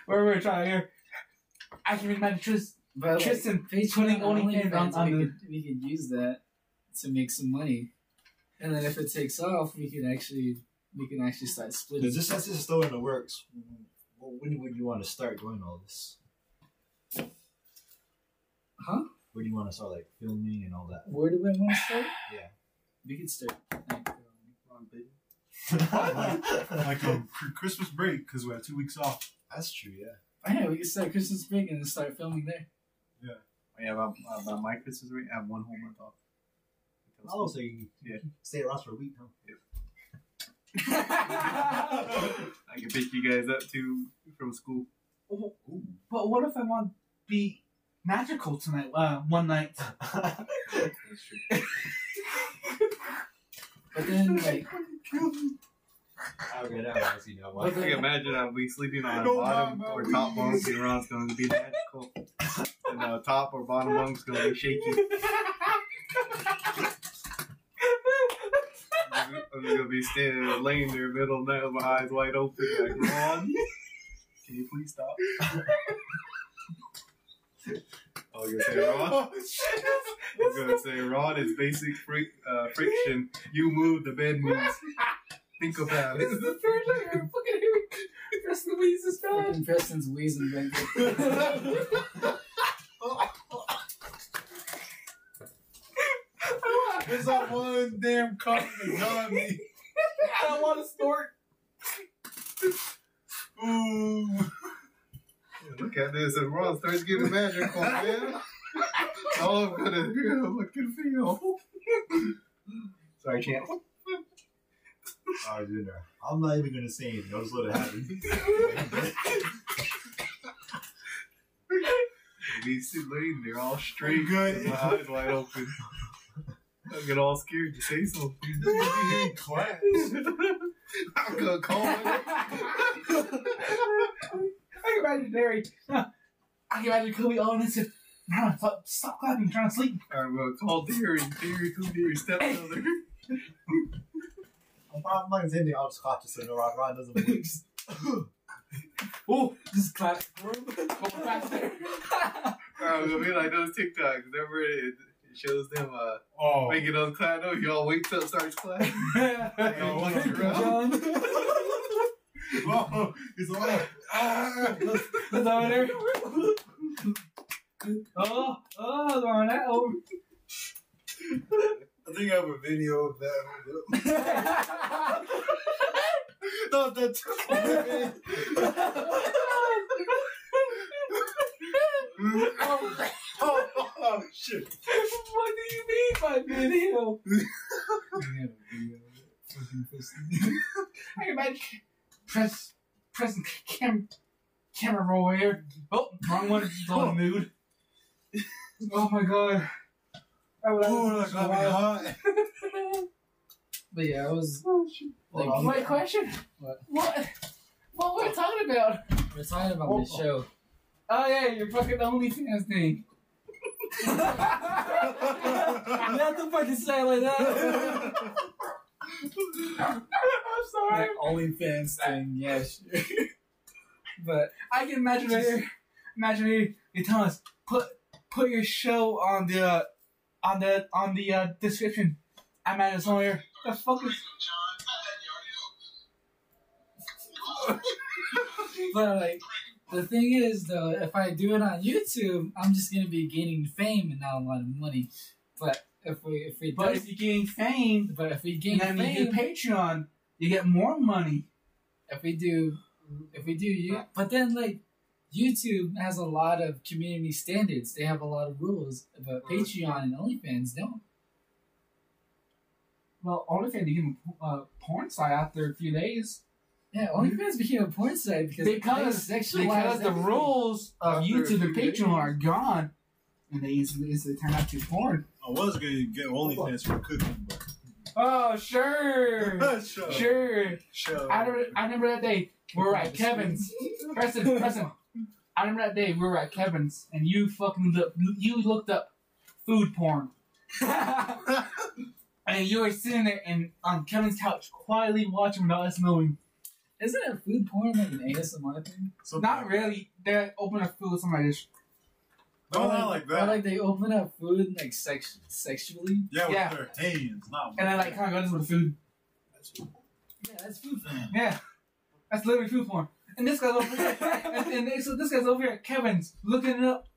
[SPEAKER 2] Where we're trying here. I can read my truth.
[SPEAKER 5] But like,
[SPEAKER 2] Tristan,
[SPEAKER 5] Patreon
[SPEAKER 2] putting
[SPEAKER 5] putting
[SPEAKER 2] OnlyFans on-
[SPEAKER 5] OnlyFans,
[SPEAKER 2] on
[SPEAKER 5] we,
[SPEAKER 2] the-
[SPEAKER 5] could, we could use that to make some money, and then if it takes off, we can actually we can actually start splitting.
[SPEAKER 1] Because this since this is still in the works, well, when would you want to start doing all this?
[SPEAKER 5] Huh?
[SPEAKER 1] Where do you want to start, like filming and all
[SPEAKER 5] Where do I want to start?
[SPEAKER 1] Yeah.
[SPEAKER 5] we could start. Like, um, Ron Big.
[SPEAKER 1] that?
[SPEAKER 4] like um, a pre- Christmas break because we had two weeks off.
[SPEAKER 1] That's true, yeah.
[SPEAKER 5] Oh, yeah, we could start Christmas break and then start filming there.
[SPEAKER 3] Oh, yeah, about, about my Christmas rate, I have one whole month off.
[SPEAKER 1] Oh, so you
[SPEAKER 3] Yeah.
[SPEAKER 1] stay around for a week, huh?
[SPEAKER 3] I can pick you guys up too from school.
[SPEAKER 2] but what if I want to be magical tonight? Uh, one night.
[SPEAKER 3] That's true.
[SPEAKER 5] But then like
[SPEAKER 1] Okay, that was, you know
[SPEAKER 3] I
[SPEAKER 1] what?
[SPEAKER 5] Okay.
[SPEAKER 3] can imagine I'll be sleeping on
[SPEAKER 4] No,
[SPEAKER 3] bottom
[SPEAKER 4] no, no,
[SPEAKER 3] or
[SPEAKER 4] we-
[SPEAKER 3] top bunk and around going to be magical. and uh, top or bottom bunk's going to be shaky. I'm going to be standing there, laying there middle of the night with my eyes wide open like, Ron, can you please stop? Oh, you're gonna say Ron? I'm gonna say Ron is basic fric- uh, friction. You move, the bed moves. Think about
[SPEAKER 2] this
[SPEAKER 3] it.
[SPEAKER 2] is the third time you're fucking hearing Chris Louise is
[SPEAKER 5] freaking Preston's wheezing back.
[SPEAKER 2] bad.
[SPEAKER 4] There's that one damn cock that got me.
[SPEAKER 2] I don't want to snort.
[SPEAKER 4] Ooh.
[SPEAKER 3] Look at this, and Ron starts getting magical, man. All I'm gonna do is look and feel. Sorry, champ.
[SPEAKER 1] Oh, you know. I'm not even gonna say anything. I'll just let it happen.
[SPEAKER 3] Be sitting laying there all
[SPEAKER 4] Pretty
[SPEAKER 3] straight,
[SPEAKER 4] good.
[SPEAKER 3] with my eyes wide open. I get all scared to say something.
[SPEAKER 4] Hey, class.
[SPEAKER 3] I'm gonna call it.
[SPEAKER 2] I can imagine Derry. I can imagine Kobe all and said, "Nah, fuck, stop clapping, you're trying to sleep.
[SPEAKER 3] I'm gonna call Derry, Derry, who Derry stepbrother.
[SPEAKER 1] I'm not, I'm not gonna say anything. I'll just cough just so no, Ron, Ron doesn't blink.
[SPEAKER 2] Oh, just clap. Go faster.
[SPEAKER 3] I'm gonna be like those TikToks. Remember it, it shows them uh,
[SPEAKER 4] Oh.
[SPEAKER 3] making those clap. Oh, y'all wakes up, starts clapping. Y'all
[SPEAKER 4] Hey,
[SPEAKER 3] walking around.
[SPEAKER 4] Oh, it's all right. Ah.
[SPEAKER 2] That's over there. Oh, oh, throwing that over.
[SPEAKER 4] I think I have a video of that. Not that.
[SPEAKER 2] oh,
[SPEAKER 4] oh, oh, shit.
[SPEAKER 2] what do you mean by video? I can imagine press press cam camera roll here. Oh, wrong one. It's all in the mood. Oh my god. Oh, that
[SPEAKER 4] Oh,
[SPEAKER 2] was-
[SPEAKER 4] that got me hot.
[SPEAKER 5] But yeah, I was
[SPEAKER 2] Oh,
[SPEAKER 5] like,
[SPEAKER 1] Hold on.
[SPEAKER 2] Wait, question.
[SPEAKER 5] What?
[SPEAKER 2] What? What were we talking about?
[SPEAKER 5] we're talking about this show.
[SPEAKER 2] Oh yeah, your fucking OnlyFans thing.
[SPEAKER 5] Not the fucking say like that.
[SPEAKER 2] I'm sorry.
[SPEAKER 5] That OnlyFans thing, yeah, sure. but
[SPEAKER 2] I can imagine that. Imagine they- they tell us put put your show on the uh, on the on the uh, description. I imagine it's on here. The fuck is?
[SPEAKER 5] but like the thing is though, if I do it on YouTube, I'm just gonna be gaining fame and not a lot of money. But if we if we
[SPEAKER 2] But
[SPEAKER 5] but,
[SPEAKER 2] if you gain fame,
[SPEAKER 5] but if we gain
[SPEAKER 2] and then you
[SPEAKER 5] fame,
[SPEAKER 2] do Patreon, you get more money.
[SPEAKER 5] if we do if we do you but then like YouTube has a lot of community standards. They have a lot of rules, but Patreon and OnlyFans don't.
[SPEAKER 2] Well, OnlyFans became a uh, porn site after a few days
[SPEAKER 5] Yeah, OnlyFans became a porn site because
[SPEAKER 2] because
[SPEAKER 5] they sexualized
[SPEAKER 2] because the
[SPEAKER 5] everything.
[SPEAKER 2] rules of
[SPEAKER 3] After a
[SPEAKER 2] YouTube and
[SPEAKER 3] few days.
[SPEAKER 2] Patreon are gone, and they instantly, instantly turn out to porn.
[SPEAKER 6] I was going to get OnlyFans for cooking, but.
[SPEAKER 2] Oh sure,
[SPEAKER 6] Shut up.
[SPEAKER 2] sure.
[SPEAKER 6] Shut up.
[SPEAKER 2] I remember, I remember that day. We were at Kevin's. Preston, Preston. I remember that day we were at Kevin's, and you fucking look, you looked up food porn, and you were sitting there and on Kevin's couch quietly watching without us knowing.
[SPEAKER 5] Isn't it food porn like an ASMR thing?
[SPEAKER 6] Something
[SPEAKER 2] Not
[SPEAKER 6] like-
[SPEAKER 2] really. They open up food with something like this. Oh,
[SPEAKER 6] No, not like
[SPEAKER 5] Or
[SPEAKER 6] that.
[SPEAKER 5] like they open up food like sex- sexually.
[SPEAKER 6] yeah, with
[SPEAKER 2] yeah.
[SPEAKER 6] their hands, not with
[SPEAKER 2] and I like kind of go this with food.
[SPEAKER 5] Yeah, that's food porn.
[SPEAKER 2] Yeah, that's literally food porn. And this guy's over here, and, and they- so this guy's over here at Kevin's looking it up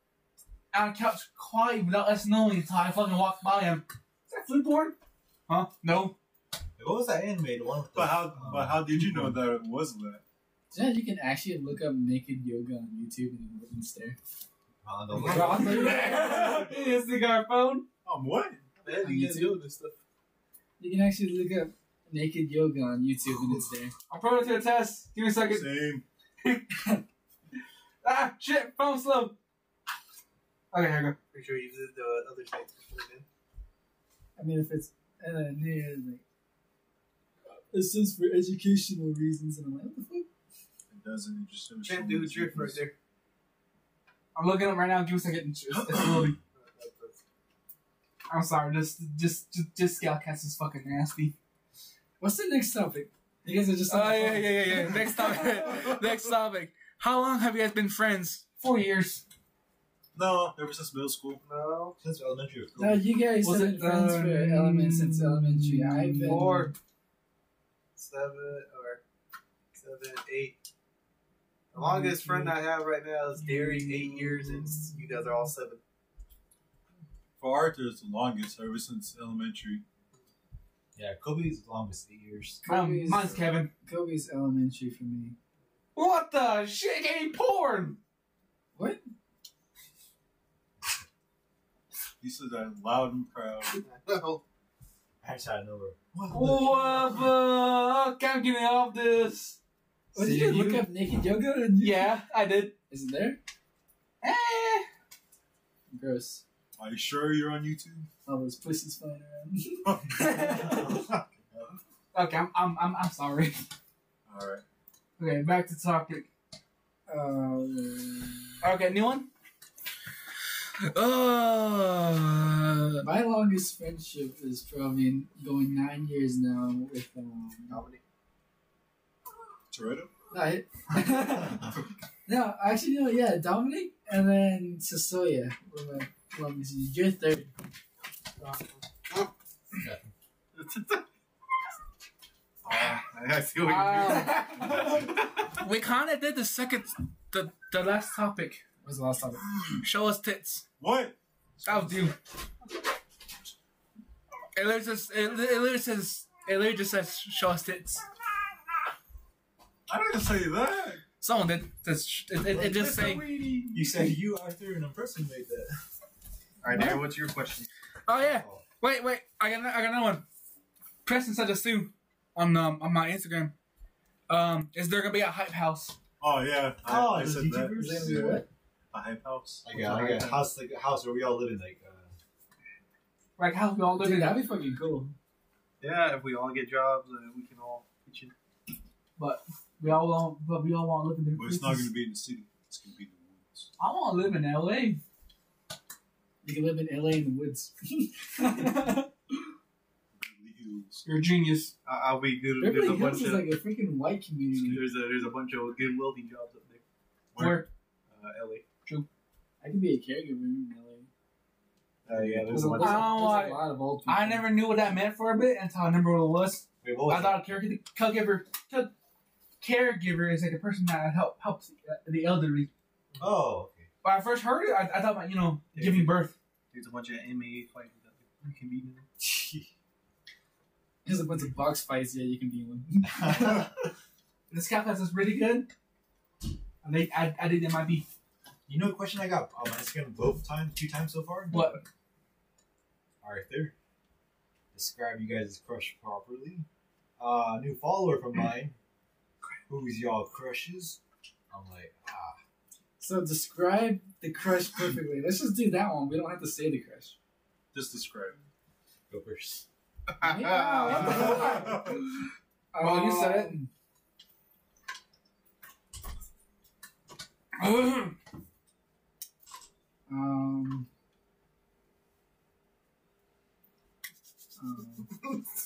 [SPEAKER 2] on the couch quiet without us knowing until I fucking walked by him. Is that food porn? Huh? No.
[SPEAKER 1] What was that anime? The one with the
[SPEAKER 6] But how, but how did you know that it was that?
[SPEAKER 5] Yeah, you can actually look up naked yoga on YouTube and look and stare.
[SPEAKER 1] Uh, the
[SPEAKER 5] Bro, I'm like-
[SPEAKER 2] Is the guy phone?
[SPEAKER 6] Um, what?
[SPEAKER 3] Man, you guys doing this stuff.
[SPEAKER 5] you can actually look up naked yoga on YouTube and it's there.
[SPEAKER 2] I'm putting it to the test. Give me a second.
[SPEAKER 6] Same.
[SPEAKER 2] Ah, shit, phone slow. Okay, here I go.
[SPEAKER 3] Pretty sure you did the other sites before then.
[SPEAKER 5] I mean, if it's uh, near, like, this is for educational reasons, and I'm like, what the fuck?
[SPEAKER 6] It doesn't interest me.
[SPEAKER 3] Can't do a drift right there.
[SPEAKER 2] I'm looking up right now. Give me a second. It's, it's loading. I'm sorry. Just, just, just, just Scoutcast is fucking nasty.
[SPEAKER 5] What's the next topic? You guys are just. on
[SPEAKER 2] Oh
[SPEAKER 5] the
[SPEAKER 2] yeah,
[SPEAKER 5] phone.
[SPEAKER 2] yeah, yeah, yeah. Next topic. Next topic. How long have you guys been friends? Four years.
[SPEAKER 6] No, ever since middle school.
[SPEAKER 3] No.
[SPEAKER 1] Since elementary was cool.
[SPEAKER 5] No, you guys
[SPEAKER 2] Was
[SPEAKER 5] have been
[SPEAKER 2] it,
[SPEAKER 5] friends
[SPEAKER 2] uh,
[SPEAKER 5] for element since elementary. I've been
[SPEAKER 2] four?
[SPEAKER 3] Seven or seven, eight. The longest friend I have right now is Derry, eight years, and you guys are all seven.
[SPEAKER 6] For Arthur's the longest, ever since elementary.
[SPEAKER 1] Yeah, Kobe's the longest eight years.
[SPEAKER 2] Um,
[SPEAKER 5] Kobe's,
[SPEAKER 2] mine's Kevin.
[SPEAKER 5] Kobe's elementary for me.
[SPEAKER 2] What the shit? Getting porn.
[SPEAKER 5] What?
[SPEAKER 6] He said that loud and proud.
[SPEAKER 3] No.
[SPEAKER 1] I just out of nowhere.
[SPEAKER 2] What the? I'm getting off this.
[SPEAKER 5] What
[SPEAKER 2] See,
[SPEAKER 5] Oh, did you,
[SPEAKER 2] you-
[SPEAKER 5] look up naked yoga? On YouTube?
[SPEAKER 2] Yeah, I did.
[SPEAKER 5] Is it there?
[SPEAKER 2] Eh.
[SPEAKER 5] Gross.
[SPEAKER 6] Are you sure you're on YouTube?
[SPEAKER 5] All those pussies flying around.
[SPEAKER 2] okay, I'm, I'm, I'm, I'm sorry.
[SPEAKER 6] All right.
[SPEAKER 2] Okay, back to topic.
[SPEAKER 5] Uh,
[SPEAKER 2] Okay, new one. Uh,
[SPEAKER 5] my longest friendship is probably going nine years now with um.
[SPEAKER 6] Toretto?
[SPEAKER 5] I, no, actually, no, yeah, Dominic and then Cecilia were my longest. You're third.
[SPEAKER 3] Ah, I see what
[SPEAKER 2] Um,
[SPEAKER 3] you're doing.
[SPEAKER 2] we kind of did the second, the the last topic.
[SPEAKER 5] What was the last topic?
[SPEAKER 2] Show us tits.
[SPEAKER 6] What?
[SPEAKER 2] That was you. It literally says, it, li- it literally says, it literally just says, show us tits.
[SPEAKER 6] I didn't say that.
[SPEAKER 2] Someone did. Says, sh- it, it, it just say,
[SPEAKER 1] You said you, Arthur, and impersonate that.
[SPEAKER 3] All right, now what's your question?
[SPEAKER 2] oh yeah, wait, wait, I got, ano- I got another one. Preston said this too on um, on my Instagram. Um, is there gonna be a hype house?
[SPEAKER 6] Oh, yeah. I,
[SPEAKER 1] Oh,
[SPEAKER 6] I
[SPEAKER 1] those
[SPEAKER 6] said that.
[SPEAKER 1] YouTubers?
[SPEAKER 5] Is
[SPEAKER 1] Yeah.
[SPEAKER 5] that what?
[SPEAKER 6] A hype house.
[SPEAKER 1] Like a, like a house, like a house where we all live in, like. Uh,
[SPEAKER 2] Like how we all live
[SPEAKER 5] Dude,
[SPEAKER 2] in.
[SPEAKER 5] that'd be fucking cool.
[SPEAKER 3] Yeah, if we all get jobs, uh, we can all pitch in.
[SPEAKER 2] But we all want, but we all want to live in different
[SPEAKER 6] But it's not
[SPEAKER 2] places.
[SPEAKER 6] going to be in the city. It's going to be in the woods.
[SPEAKER 2] I want to live in L.A.
[SPEAKER 5] You can live in LA in the woods.
[SPEAKER 6] Really
[SPEAKER 3] schools.
[SPEAKER 2] You're a genius.
[SPEAKER 3] I, I'll be good.
[SPEAKER 5] Beverly
[SPEAKER 3] There's a
[SPEAKER 5] Hills
[SPEAKER 3] bunch
[SPEAKER 5] is
[SPEAKER 3] of
[SPEAKER 5] like a freaking white community.
[SPEAKER 3] there's a there's a bunch of good welding jobs up there.
[SPEAKER 2] Where?
[SPEAKER 3] Uh, LA.
[SPEAKER 5] I could be a caregiver in LA.
[SPEAKER 3] Uh, yeah, there's
[SPEAKER 5] There's
[SPEAKER 3] a
[SPEAKER 5] a,
[SPEAKER 3] bunch.
[SPEAKER 5] there's
[SPEAKER 2] I don't
[SPEAKER 5] a
[SPEAKER 2] like-
[SPEAKER 5] lot of old people.
[SPEAKER 2] I never knew what that meant for a bit until I remember what it was.
[SPEAKER 1] Wait, what was that?
[SPEAKER 2] I thought a care- caregiver, care- caregiver is like a person that help helps the- the elderly.
[SPEAKER 1] Oh, okay.
[SPEAKER 2] When I first heard it, I, I thought about you know giving birth.
[SPEAKER 3] There's a bunch of MA fighters up there. You can be in them.
[SPEAKER 5] There's a bunch of box fights. Yeah, you can be in.
[SPEAKER 2] This calculus is really good. I think I, I think that might be
[SPEAKER 1] you know, a question I got on my Instagram both times, two times so far.
[SPEAKER 2] what
[SPEAKER 1] Arthur, describe you guys' crush properly. Uh, new follower from mine. Who's y'all crushes? I'm like, ah,
[SPEAKER 5] So describe the crush perfectly. Let's just do that one. We don't have to say the crush.
[SPEAKER 6] Just describe.
[SPEAKER 1] go first.
[SPEAKER 5] Yeah,
[SPEAKER 2] Oh, you said it.
[SPEAKER 5] Um, Um. um,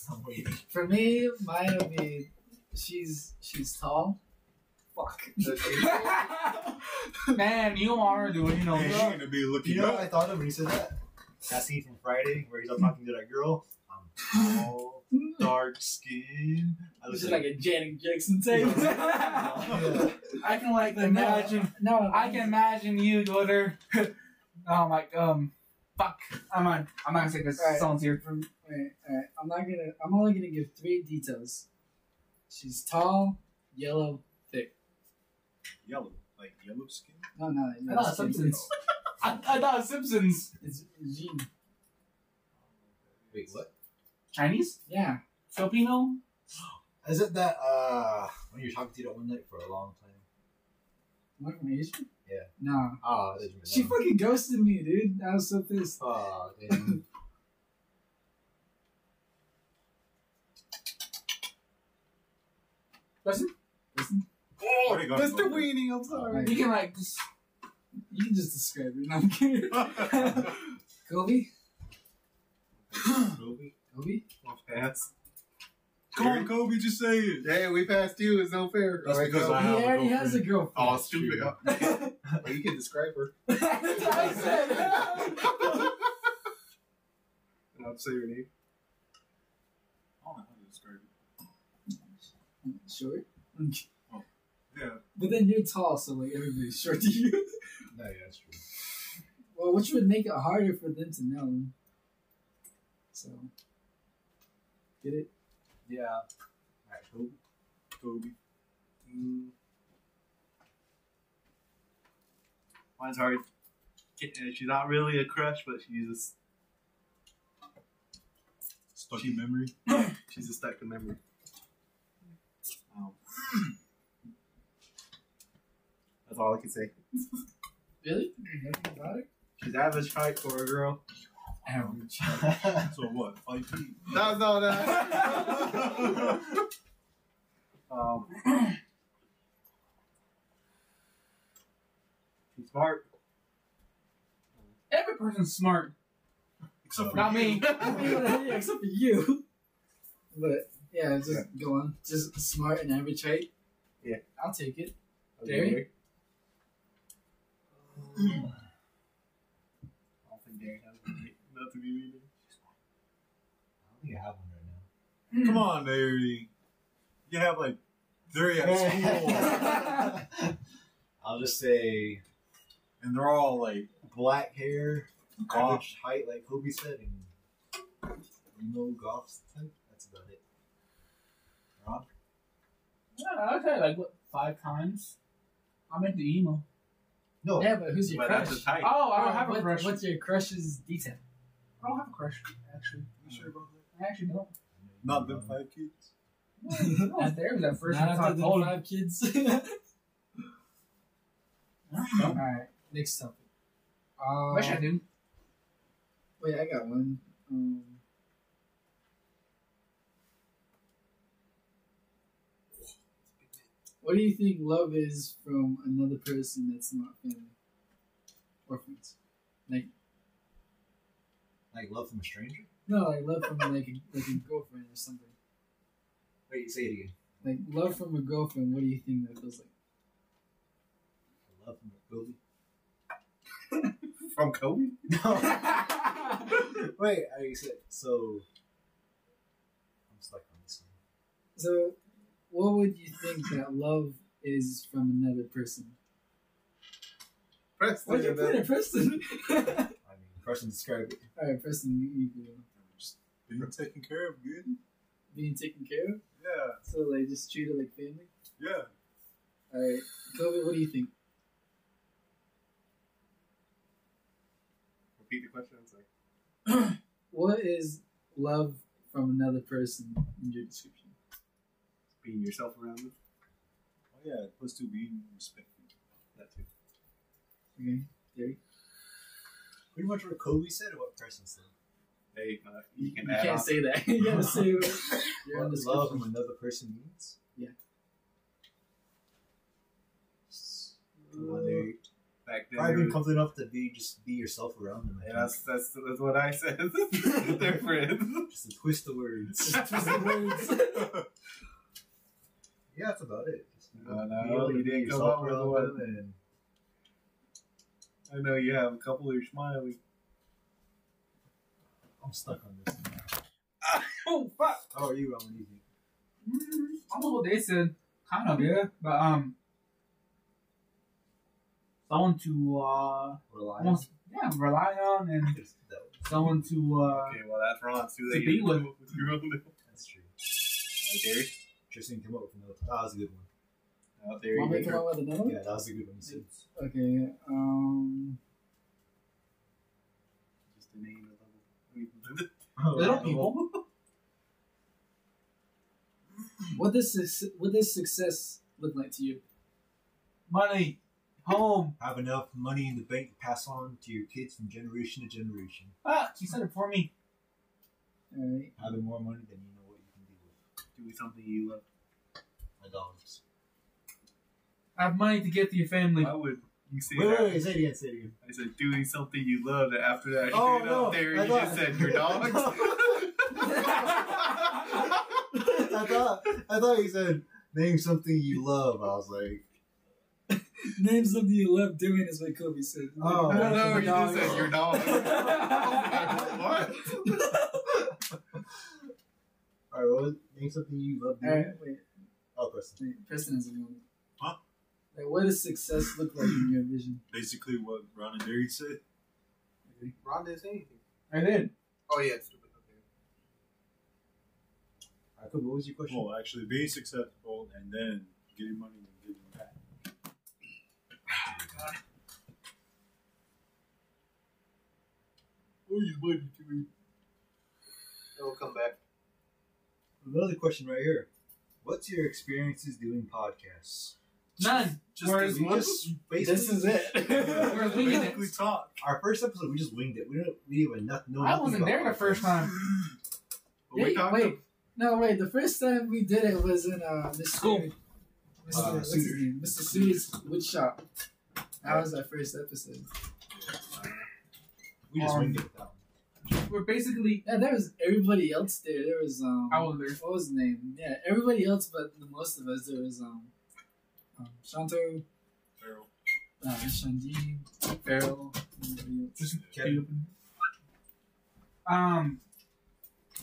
[SPEAKER 1] I'm waiting.
[SPEAKER 5] For me, mine would be she's she's tall. Fuck.
[SPEAKER 2] Man, you are doing you know.
[SPEAKER 6] Hey, she's
[SPEAKER 2] bro.
[SPEAKER 6] gonna be looking
[SPEAKER 1] You know what
[SPEAKER 6] up.
[SPEAKER 1] I thought of when you said that? That scene from Friday where he's all talking to that girl. I'm tall, dark skin. I look
[SPEAKER 5] She's like a Janet Jackson type.
[SPEAKER 1] Yeah.
[SPEAKER 2] I can like imagine.
[SPEAKER 5] no,
[SPEAKER 2] I can imagine you go there. I'm like um, fuck. I'm on. I'm not gonna say because
[SPEAKER 5] Right.
[SPEAKER 2] someone's here.
[SPEAKER 5] From, wait, alright, I'm not gonna. I'm only gonna give three details. She's tall, yellow.
[SPEAKER 6] Yellow, like yellow skin.
[SPEAKER 5] No, no,
[SPEAKER 2] I
[SPEAKER 5] no.
[SPEAKER 2] thought Simpsons. I, I thought Simpsons.
[SPEAKER 5] It's Jean.
[SPEAKER 1] Wait, what?
[SPEAKER 2] Chinese,
[SPEAKER 5] Yeah.
[SPEAKER 2] Filipino,
[SPEAKER 1] Is it that uh when you're talking to that one night for a long time?
[SPEAKER 5] What from Asia?
[SPEAKER 1] Yeah.
[SPEAKER 5] Nah.
[SPEAKER 1] Ah, oh,
[SPEAKER 5] She fucking ghosted me, dude. I was so pissed.
[SPEAKER 1] Oh, damn.
[SPEAKER 5] Listen,
[SPEAKER 6] Oh, they got
[SPEAKER 5] Mr.
[SPEAKER 6] both.
[SPEAKER 5] Weenie, I'm sorry.
[SPEAKER 2] You can like just
[SPEAKER 5] You can just describe it. No, I'm kidding. Kobe?
[SPEAKER 3] Kobe.
[SPEAKER 5] Kobe?
[SPEAKER 3] Well, pass.
[SPEAKER 6] Come on, Kobe, just say it.
[SPEAKER 3] Hey, we passed you. It's no fair.
[SPEAKER 6] That's
[SPEAKER 3] Alright,
[SPEAKER 6] because
[SPEAKER 3] go.
[SPEAKER 6] I
[SPEAKER 5] He
[SPEAKER 6] have a
[SPEAKER 5] already has a girlfriend.
[SPEAKER 3] Oh, stupid. Well, you can describe her.
[SPEAKER 5] I said.
[SPEAKER 3] And I'll uh, say her name.
[SPEAKER 6] I don't know how to describe it.
[SPEAKER 5] Short?
[SPEAKER 6] Yeah.
[SPEAKER 5] But then you're tall, so like everybody's short to you.
[SPEAKER 1] no, yeah, that's true.
[SPEAKER 5] Well, which would make it harder for them to know. So. Get it?
[SPEAKER 1] Yeah. Alright, cool.
[SPEAKER 6] Kobe.
[SPEAKER 3] Mm. Mine's hard. Uh, She's not really a crush, but she's a, s-
[SPEAKER 6] Stuck in memory.
[SPEAKER 3] she's a stuck in memory. Um, that's all I can say.
[SPEAKER 5] Really? Nothing about it?
[SPEAKER 3] She's average height for a girl.
[SPEAKER 5] Average.
[SPEAKER 6] So what? Five feet.
[SPEAKER 3] That's all that. um, she's smart.
[SPEAKER 2] every person's smart.
[SPEAKER 6] Except for
[SPEAKER 2] Not me.
[SPEAKER 5] Except for you. But yeah, just go on. Just smart and average height.
[SPEAKER 3] Yeah.
[SPEAKER 5] I'll take it.
[SPEAKER 3] Okay.
[SPEAKER 5] Derek?
[SPEAKER 3] I don't think Derek has one. Not to be mean.
[SPEAKER 1] I don't think I have one right now.
[SPEAKER 6] Come on, Larry. You have like three at school,
[SPEAKER 1] I'll just say
[SPEAKER 6] and they're all like
[SPEAKER 1] black hair,
[SPEAKER 6] Golf.
[SPEAKER 1] average height, like Kobe said, and no golf type. That's about it. Rob?
[SPEAKER 2] Yeah, I've had like what five times. I'm into emo.
[SPEAKER 1] No.
[SPEAKER 5] Yeah, but who's your
[SPEAKER 3] But
[SPEAKER 5] crush?
[SPEAKER 3] that's his height.
[SPEAKER 2] Oh, I don't have
[SPEAKER 5] What-
[SPEAKER 2] a crush.
[SPEAKER 5] What's your crush's detail?
[SPEAKER 2] I don't have a crush actually. I actually don't.
[SPEAKER 6] not them five kids.
[SPEAKER 2] I was there that first
[SPEAKER 5] Not
[SPEAKER 2] time. I
[SPEAKER 5] after the
[SPEAKER 2] told him.
[SPEAKER 5] five kids. All right, next topic. Um,
[SPEAKER 2] Wish I do.
[SPEAKER 5] wait, I got one. Um, what do you think love is from another person that's not family or friends? Like,
[SPEAKER 1] Like love from a stranger?
[SPEAKER 5] No, like love from like a, like a girlfriend or something.
[SPEAKER 1] Wait, say it again.
[SPEAKER 5] Like love from a girlfriend. What do you think that feels like?
[SPEAKER 1] Love from a building.
[SPEAKER 3] From Kobe?
[SPEAKER 1] No. Wait, I said so. I'm stuck on this one.
[SPEAKER 5] So, what would you think that love is from another person?
[SPEAKER 3] Preston.
[SPEAKER 5] Why'd you put it, Preston? All
[SPEAKER 1] I mean, Carson described it.
[SPEAKER 5] right, Preston, you, you go.
[SPEAKER 4] Being taken care of good?
[SPEAKER 5] Being taken care of,
[SPEAKER 4] Yeah,
[SPEAKER 5] so like just treat it like family.
[SPEAKER 4] yeah.
[SPEAKER 5] All right, Kobe, what do you think?
[SPEAKER 3] Repeat the question. It's like,
[SPEAKER 5] What is love from another person in your description?
[SPEAKER 3] being yourself around them.
[SPEAKER 6] Oh yeah, plus two being respected.
[SPEAKER 3] That too.
[SPEAKER 5] Okay,
[SPEAKER 1] Pretty much what Kobe said or what Carson said.
[SPEAKER 3] Hey, uh, you can
[SPEAKER 5] you
[SPEAKER 3] add
[SPEAKER 5] can't
[SPEAKER 3] on.
[SPEAKER 5] say that. you gotta say what your
[SPEAKER 1] What love
[SPEAKER 5] own description.
[SPEAKER 1] from another person means.
[SPEAKER 3] Uh, back then,
[SPEAKER 1] Probably
[SPEAKER 3] there
[SPEAKER 1] being
[SPEAKER 3] was-
[SPEAKER 1] confident enough to be just be yourself around them. I
[SPEAKER 3] yeah,
[SPEAKER 1] think.
[SPEAKER 3] that's, that's that's what I said. Different.
[SPEAKER 1] just to twist the words. yeah, that's about it. Just
[SPEAKER 3] No, no,
[SPEAKER 1] be able to
[SPEAKER 3] you
[SPEAKER 1] be
[SPEAKER 3] didn't come
[SPEAKER 1] yourself
[SPEAKER 3] up with
[SPEAKER 1] around
[SPEAKER 3] one.
[SPEAKER 1] them and
[SPEAKER 3] I know you have a couple of your smiling.
[SPEAKER 1] I'm stuck on this. One.
[SPEAKER 2] oh fuck! Mm-hmm.
[SPEAKER 1] How are you, Roman? What do you think?
[SPEAKER 2] I know what they said. uh, Kind of, yeah. But um, someone to uh,
[SPEAKER 1] Reliant.
[SPEAKER 2] almost, yeah, rely on and
[SPEAKER 1] There's- that-
[SPEAKER 2] someone to uh,
[SPEAKER 3] Okay, well that's wrong. It's too
[SPEAKER 2] To
[SPEAKER 3] late.
[SPEAKER 2] be with.
[SPEAKER 3] You're on the-
[SPEAKER 1] That's true.
[SPEAKER 3] Derry.
[SPEAKER 1] Tristan came up with another. That was a good one.
[SPEAKER 3] Oh,
[SPEAKER 5] Want me
[SPEAKER 3] Derry.
[SPEAKER 5] to come up with another one?
[SPEAKER 1] Yeah, that was a good one. You said.
[SPEAKER 5] Okay. Um.
[SPEAKER 3] Just the name of the
[SPEAKER 2] little people.
[SPEAKER 5] What does suc- what does success look like to you?
[SPEAKER 2] Money, home.
[SPEAKER 1] Have enough money in the bank to pass on to your kids from generation to generation.
[SPEAKER 2] Fuck, you said it for me.
[SPEAKER 5] All right.
[SPEAKER 1] Having more money than you know what you can do with.
[SPEAKER 3] Doing something you love.
[SPEAKER 1] My dollars.
[SPEAKER 2] I have money to give to your family.
[SPEAKER 3] Why would you say
[SPEAKER 1] Wait,
[SPEAKER 3] that?
[SPEAKER 1] wait, wait, say it again, say it again.
[SPEAKER 3] I said doing something you love. And after that,
[SPEAKER 1] Oh,
[SPEAKER 3] straight
[SPEAKER 1] no,
[SPEAKER 3] up there,
[SPEAKER 1] I
[SPEAKER 3] you
[SPEAKER 1] thought-
[SPEAKER 3] just said your dogs.
[SPEAKER 1] I thought, I thought you said name something you love. I was like,
[SPEAKER 5] Name something you love doing is what Kobe said.
[SPEAKER 1] Oh,
[SPEAKER 3] no, no,
[SPEAKER 1] Your
[SPEAKER 3] you just
[SPEAKER 1] dogs.
[SPEAKER 3] said your dog. what?
[SPEAKER 1] all right, what was, name something you love
[SPEAKER 5] All
[SPEAKER 1] doing.
[SPEAKER 5] right. Wait.
[SPEAKER 1] Oh, Preston.
[SPEAKER 5] wait Preston has a moment.
[SPEAKER 6] Huh?
[SPEAKER 5] Like, what does success look like in your vision?
[SPEAKER 6] Basically, what Ron and Derry said.
[SPEAKER 3] Ron didn't say anything.
[SPEAKER 2] I did.
[SPEAKER 3] Oh yeah, stupid.
[SPEAKER 1] I could, what was your question?
[SPEAKER 6] Well, actually, being successful and then getting money and getting back.
[SPEAKER 3] What are you waiting to me? It'll come back.
[SPEAKER 1] Another question right here. What's your experiences doing podcasts?
[SPEAKER 2] None.
[SPEAKER 6] Just
[SPEAKER 2] Whereas
[SPEAKER 6] we
[SPEAKER 2] one-
[SPEAKER 6] just
[SPEAKER 1] Basically,
[SPEAKER 5] This is it.
[SPEAKER 2] Whereas we did
[SPEAKER 6] basically
[SPEAKER 2] it.
[SPEAKER 6] talk.
[SPEAKER 1] our first episode, we just winged it. We didn't, we didn't even not, know.
[SPEAKER 2] I
[SPEAKER 1] nothing
[SPEAKER 2] wasn't
[SPEAKER 1] about
[SPEAKER 2] there the first
[SPEAKER 1] podcasts.
[SPEAKER 2] time.
[SPEAKER 3] But we
[SPEAKER 5] Wait,
[SPEAKER 3] talked
[SPEAKER 5] wait. No, wait. The first time we did it was in uh, Mr.
[SPEAKER 2] Cool.
[SPEAKER 5] Mr.
[SPEAKER 1] Uh,
[SPEAKER 5] what's his
[SPEAKER 1] Suter.
[SPEAKER 5] name? Mr. Suter's woodshop. That was our first episode.
[SPEAKER 1] We just
[SPEAKER 2] Um,
[SPEAKER 1] winged it. That one.
[SPEAKER 2] We're basically.
[SPEAKER 5] Yeah, there was everybody else there. There was um.
[SPEAKER 2] I was there.
[SPEAKER 5] What was his name? Yeah, everybody else, but the most of us. There was um, um Shanto, uh, Shanji, Farrell. everybody else.
[SPEAKER 1] Just Kevin.
[SPEAKER 2] Um,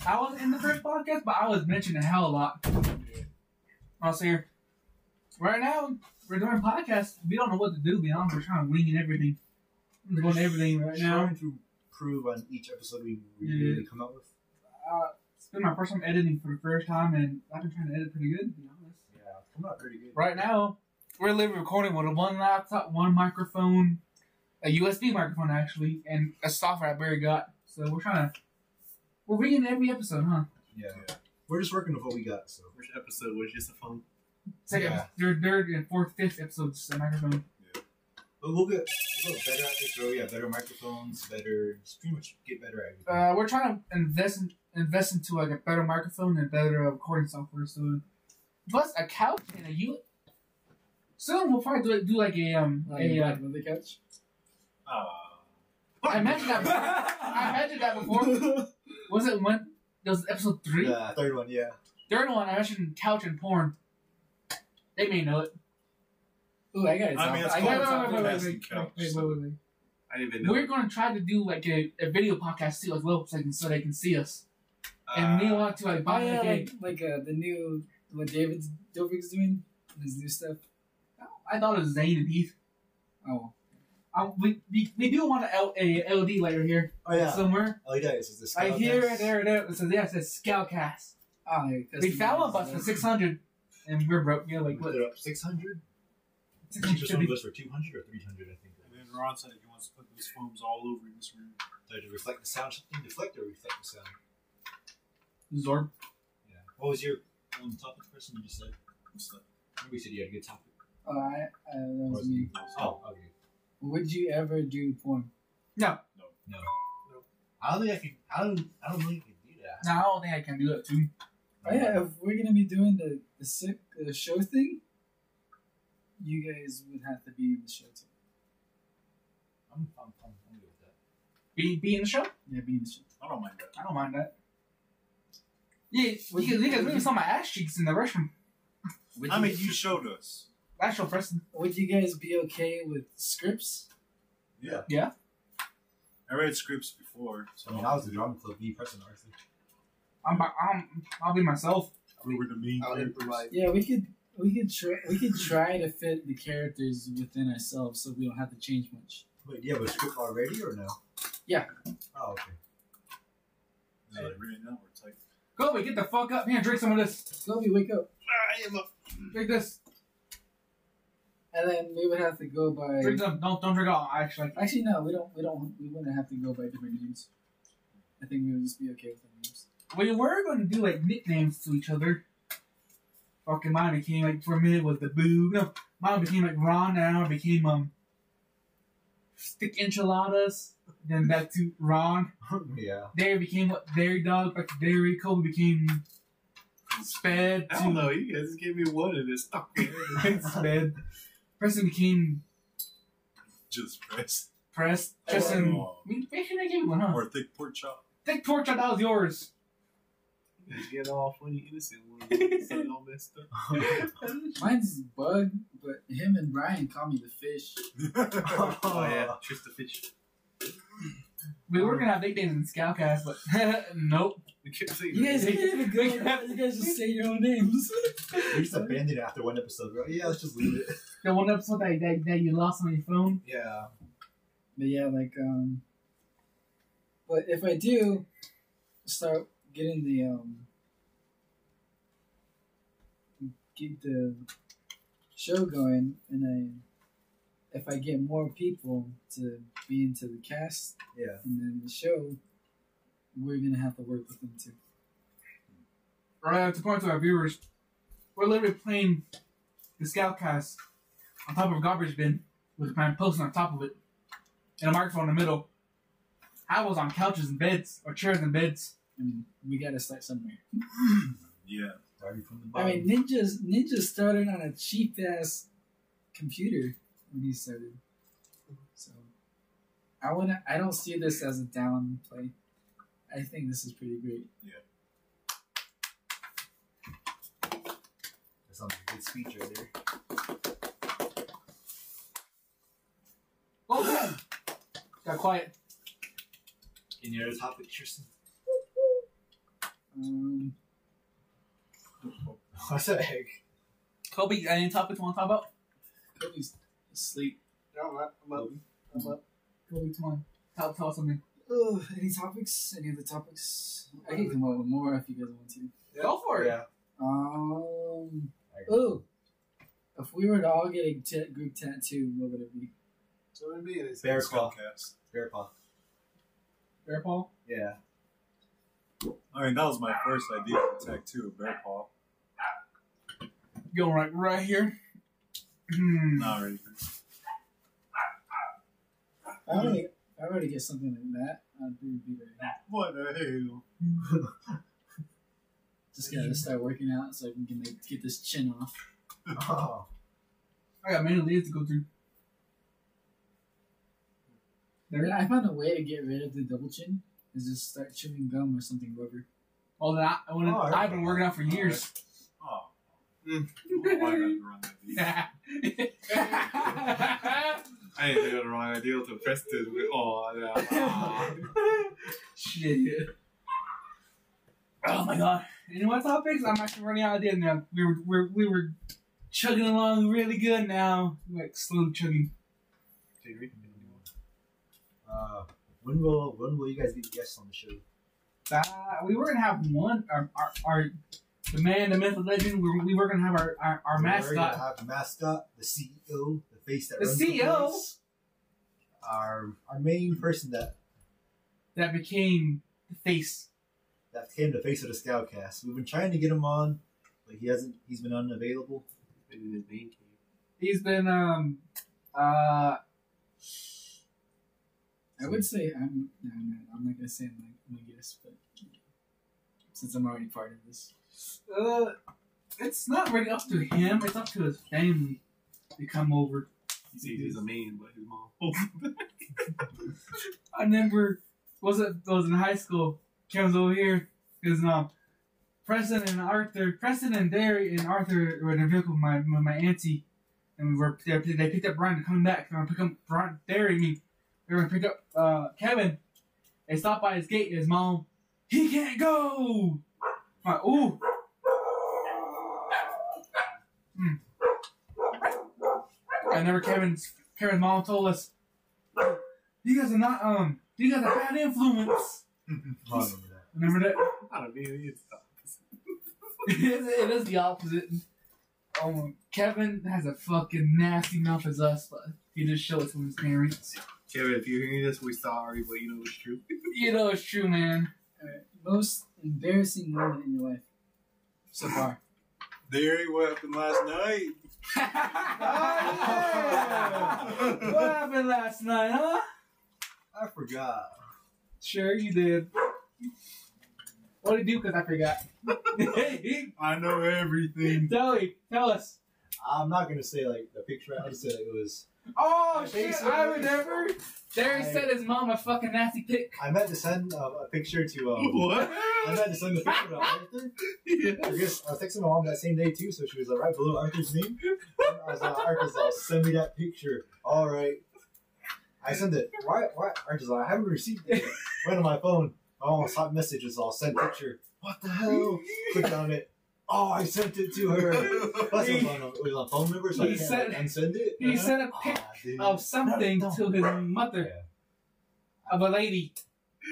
[SPEAKER 2] I was in the first podcast, but I was mentioned a hell of a lot. I was here. Right now, we're doing podcasts. We don't know what to do. Be honest, we're trying to wing and everything. We're going to everything right now.
[SPEAKER 1] trying to prove on each episode we we
[SPEAKER 2] Yeah.
[SPEAKER 1] really come out with.
[SPEAKER 2] Uh, it's been my first time editing for the first time, and I've been trying to edit pretty good. To be honest.
[SPEAKER 1] Yeah, come out pretty good.
[SPEAKER 2] Right now, we're literally recording with one laptop, one microphone, a USB microphone actually, and a software I barely got. So we're trying to. We're winging every episode, huh?
[SPEAKER 1] Yeah. We're just working with what we got, so.
[SPEAKER 3] Which episode was just a phone?
[SPEAKER 2] Second,
[SPEAKER 1] Yeah.
[SPEAKER 2] third, third, and fourth, fifth episodes. The microphone.
[SPEAKER 1] But we'll get, we'll get better at this, bro. Yeah, better microphones, better. Just pretty much get better at everything.
[SPEAKER 2] Uh, we're trying to invest in, invest into like a better microphone and better uh, recording software. So, plus a couch and a U. Soon we'll probably do, do like a um
[SPEAKER 5] Like
[SPEAKER 2] a,
[SPEAKER 5] yeah.
[SPEAKER 2] uh,
[SPEAKER 5] Black Mother Couch.
[SPEAKER 6] Ah,
[SPEAKER 2] I imagine that. Before. I imagined that before. Was it when? That was episode three.
[SPEAKER 1] Yeah, third one, yeah. Oh,
[SPEAKER 2] Third one, I mentioned couch and porn. They may know it.
[SPEAKER 5] Ooh, I got it.
[SPEAKER 6] I mean, it's
[SPEAKER 5] I
[SPEAKER 2] Wait,
[SPEAKER 6] called
[SPEAKER 2] wait, wait, wait, wait, wait,
[SPEAKER 5] got it.
[SPEAKER 6] Fantastic
[SPEAKER 2] wait,
[SPEAKER 6] Couch,
[SPEAKER 2] wait,
[SPEAKER 6] so-
[SPEAKER 2] wait, wait,
[SPEAKER 3] I didn't even
[SPEAKER 2] wait.
[SPEAKER 3] know.
[SPEAKER 2] We're gonna try to do like a, a video podcast too as well, so they can, so they can see us. And me want to like
[SPEAKER 5] Oh
[SPEAKER 2] buy
[SPEAKER 5] yeah,
[SPEAKER 2] like,
[SPEAKER 5] like like uh, the new what David Dobrik's doing, his new stuff.
[SPEAKER 2] I thought it was Zane and Heath.
[SPEAKER 5] Oh,
[SPEAKER 2] Um, we, we, we do want a, L, a LD later here
[SPEAKER 1] Oh yeah,
[SPEAKER 2] somewhere.
[SPEAKER 1] LEDs is this.
[SPEAKER 2] I hear it there, there. It says, yeah, it says Scalcast.
[SPEAKER 5] oh,
[SPEAKER 2] They found one bus for 600 and we're broke. Yeah, like, what?
[SPEAKER 1] Put it up six hundred. Just
[SPEAKER 2] Should
[SPEAKER 1] one
[SPEAKER 2] be-
[SPEAKER 1] of us for two hundred or three hundred, I think.
[SPEAKER 4] And then Ron said he wants to put those foams all over in this room.
[SPEAKER 1] So to reflect the sound, something deflect or reflect the sound.
[SPEAKER 2] Zorb.
[SPEAKER 1] Yeah. What was your um, topic person you just said? Maybe you said you had a good topic.
[SPEAKER 5] Oh, I, I, that
[SPEAKER 2] Mm-hmm.
[SPEAKER 1] Or
[SPEAKER 5] was
[SPEAKER 1] was it
[SPEAKER 5] me.
[SPEAKER 1] you? Oh, okay.
[SPEAKER 5] Would you ever do porn?
[SPEAKER 1] I don't think I can. I don't. I don't think I can do that.
[SPEAKER 2] No, I don't think I can do that too.
[SPEAKER 5] Oh yeah, if we're gonna be doing the the, sick, the show thing, you guys would have to be in the show too.
[SPEAKER 1] I'm. I'm. I'm, I'm good with that.
[SPEAKER 2] Be, be in the show?
[SPEAKER 5] Yeah, be in the show.
[SPEAKER 4] I don't mind that.
[SPEAKER 2] I don't mind that. Yeah,
[SPEAKER 5] Would
[SPEAKER 2] because
[SPEAKER 5] you-
[SPEAKER 2] because we saw my ass cheeks in the restroom.
[SPEAKER 5] Would
[SPEAKER 6] I
[SPEAKER 5] you,
[SPEAKER 6] mean, you showed us.
[SPEAKER 2] Actual person.
[SPEAKER 5] would you guys be okay with scripts?
[SPEAKER 6] Yeah.
[SPEAKER 2] Yeah.
[SPEAKER 6] I read scripts before, so
[SPEAKER 1] I mean, I was the drama club B person, Arthur.
[SPEAKER 2] I'm, by, I'm I'll be myself.
[SPEAKER 4] We were the main
[SPEAKER 1] I'll
[SPEAKER 4] characters.
[SPEAKER 1] improvise.
[SPEAKER 5] Yeah, we could we could try we could try to fit the characters within ourselves, so we don't have to change much.
[SPEAKER 1] Wait, do you have a script already or no?
[SPEAKER 5] Yeah.
[SPEAKER 1] Oh, okay.
[SPEAKER 6] so like, right now we're like,
[SPEAKER 2] Kobe, get the fuck up here and drink some of this.
[SPEAKER 5] Kobe, wake up,
[SPEAKER 6] I am a
[SPEAKER 2] Drink this.
[SPEAKER 5] and then we would have to go by.
[SPEAKER 2] Drink some. Don't, don't drink all, actually.
[SPEAKER 5] Actually, no, we don't. We don't. We wouldn't have to go by different names. I think we would just be okay with the names.
[SPEAKER 2] We were going to do like nicknames to each other. Fucking mine became like for a minute was the boo. No, mine became like Ron. Now became um stick enchiladas. Then back to Ron.
[SPEAKER 1] yeah.
[SPEAKER 2] Dairy became what dairy dog. Back to dairy. Kobe became sped
[SPEAKER 3] I don't
[SPEAKER 2] to
[SPEAKER 3] know. You guys just gave me one and it's stuck.
[SPEAKER 2] sped. Preston became
[SPEAKER 6] just press
[SPEAKER 2] pressed. Preston.
[SPEAKER 6] or
[SPEAKER 2] We we should have given one, huh?
[SPEAKER 6] thick pork chop.
[SPEAKER 2] Thick pork chop. That was yours.
[SPEAKER 3] You get all funny, innocent one. It's all messed up.
[SPEAKER 5] Mine's Bug, but him and Brian call me the fish.
[SPEAKER 1] oh,
[SPEAKER 3] Oh yeah, Trista Fish.
[SPEAKER 2] We were gonna have nicknames in Scowcast, but nope.
[SPEAKER 3] We kept saying
[SPEAKER 5] You guys can't even go. You guys just say your own names.
[SPEAKER 1] We just abandoned it after one episode. We're like, yeah, let's just leave it.
[SPEAKER 2] The one episode that, that, that you lost on your phone.
[SPEAKER 1] Yeah.
[SPEAKER 5] But yeah, like um. But if I do, start getting the um. Get the show going, and I, if I get more people to be into the cast
[SPEAKER 1] Yeah.
[SPEAKER 5] and then the show, we're gonna have to work with them too.
[SPEAKER 2] Right, uh, to point to our viewers, we're literally playing the Scoutcast on top of a garbage bin with my post on top of it and a microphone in the middle. I was on couches and beds, or chairs and beds.
[SPEAKER 5] I mean, we gotta start somewhere.
[SPEAKER 6] Yeah.
[SPEAKER 1] Starting from the
[SPEAKER 5] I
[SPEAKER 1] bottom.
[SPEAKER 5] mean, Ninja's Ninja started on a cheap ass computer when he started. So I wouldn't. I don't see this as a down play. I think this is pretty great.
[SPEAKER 1] that sounds like a good speech right there.
[SPEAKER 2] Oh, man. Got quiet.
[SPEAKER 1] Any other topic, Tristan?
[SPEAKER 5] Um,
[SPEAKER 1] What's that egg?
[SPEAKER 2] Kobe, any topics you want to talk about?
[SPEAKER 5] Kobe's asleep.
[SPEAKER 3] I'm up.
[SPEAKER 5] I'm up.
[SPEAKER 2] Kobe, come on. Tell, tell us something.
[SPEAKER 5] Ugh, any topics? Any other topics? I can come up with more if you guys want to.
[SPEAKER 2] Go for it.
[SPEAKER 1] Yeah.
[SPEAKER 5] Um.
[SPEAKER 1] I agree.
[SPEAKER 5] Ooh. If we were to all get a ta- group tattoo, what would it be?
[SPEAKER 3] So it'd be innocent.
[SPEAKER 1] Bear claw.
[SPEAKER 6] Skullcast.
[SPEAKER 1] Bear paw.
[SPEAKER 2] Bear Paul?
[SPEAKER 1] Yeah.
[SPEAKER 6] I mean, that was my first idea for tattoo, bear paw.
[SPEAKER 2] Going right, right here. Hmm.
[SPEAKER 6] Not really.
[SPEAKER 5] I already, I already get something like that. I'd be, be very
[SPEAKER 6] What the hell?
[SPEAKER 5] Just gotta start working out so I can get, my, get this chin off.
[SPEAKER 1] oh.
[SPEAKER 2] I got many leads to go through. There-
[SPEAKER 5] I found a way to get rid of the double chin is just start chewing gum or something rubber.
[SPEAKER 2] All that I, what
[SPEAKER 1] Oh, I
[SPEAKER 2] I've been
[SPEAKER 1] remember.
[SPEAKER 2] working on for years.
[SPEAKER 6] Oh,
[SPEAKER 3] Why did I run that deep? I ain't doing the wrong idea to press this with oh, all that. Ah.
[SPEAKER 2] Shit. Oh my god. Any more topics? I'm actually running out of ideas now. We were, we were, we were chugging along really good now. Like, slowly chugging.
[SPEAKER 1] Did we? Uh, when will when will you guys get guests on the show?
[SPEAKER 2] Uh, we were gonna have one, our, our, our the man, the myth, the legend. We were, we were gonna have our, our, our
[SPEAKER 1] We're
[SPEAKER 2] mascot.
[SPEAKER 1] gonna have the mascot, the CEO, the face that
[SPEAKER 2] The E
[SPEAKER 1] runs
[SPEAKER 2] CEO?
[SPEAKER 1] place, our our main person that
[SPEAKER 2] that became the face.
[SPEAKER 1] that became the face of the Scoutcast. We've been trying to get him on, but he hasn't. He's been unavailable.
[SPEAKER 3] Maybe his name came.
[SPEAKER 2] He's been um uh
[SPEAKER 5] I would say I'm no, no, I'm not gonna say my my guess, but since I'm already part of this,
[SPEAKER 2] uh it's not really up to him, it's up to his family to come over.
[SPEAKER 3] He says he's a man, but his mom.
[SPEAKER 2] I remember was it was in high school, comes over here, because um Preston and Arthur Preston and Derry and Arthur were in a vehicle with my with my auntie and we were they, they picked up Brian to come back. They were gonna pick up Brian Derry and me. They were gonna pick up uh Kevin. They stopped by his gate and his mom, he can't go. I'm like, ooh. Hmm. I remember Kevin's Kevin's mom told us you guys are not um. You guys are bad influence.
[SPEAKER 1] I don't remember that.
[SPEAKER 2] Remember that?
[SPEAKER 3] I don't mean it's the opposite.
[SPEAKER 2] it, is, it is the opposite. Um, Kevin has a fucking nasty mouth as us, but he just showed it to his parents.
[SPEAKER 3] Kevin, if you're hearing this, we're sorry, but you know it's true.
[SPEAKER 2] You know it's true, man.
[SPEAKER 5] Alright, most embarrassing moment in your life so far.
[SPEAKER 6] Derry, what happened last night?
[SPEAKER 2] Oh, what happened last night, huh?
[SPEAKER 1] I forgot.
[SPEAKER 2] Sure, you did. What did you do? Cause I forgot.
[SPEAKER 4] I know everything.
[SPEAKER 2] tell me, tell us.
[SPEAKER 1] I'm not gonna say like the picture. I just said it was.
[SPEAKER 2] Oh
[SPEAKER 1] I think
[SPEAKER 2] shit!
[SPEAKER 1] so.
[SPEAKER 2] I remember. There he
[SPEAKER 1] I-
[SPEAKER 2] said his mom a fucking nasty pic.
[SPEAKER 1] I meant to send uh, a picture to. Um,
[SPEAKER 3] What?
[SPEAKER 1] I meant to send the picture to Arthur.
[SPEAKER 3] yeah.
[SPEAKER 1] I guess I was texting my mom that same day too, so she was like right below Arthur's name. And I was like, Arthur's like, send me that picture. All right. I sent it. Why? Why? Arthur's like, I haven't received it. yet." Went on my phone. Oh, hot messages. I'll send picture. What the hell? Clicked on it. Oh, I sent it to her. Plus, it was on, it was on phone number, so I
[SPEAKER 2] He
[SPEAKER 1] can't
[SPEAKER 2] sent-
[SPEAKER 1] like, unsend it.
[SPEAKER 2] He sent a
[SPEAKER 1] Ah,
[SPEAKER 2] pic
[SPEAKER 1] dude.
[SPEAKER 2] of something
[SPEAKER 1] No,
[SPEAKER 2] to
[SPEAKER 1] no.
[SPEAKER 2] his mother
[SPEAKER 1] Yeah.
[SPEAKER 2] of a lady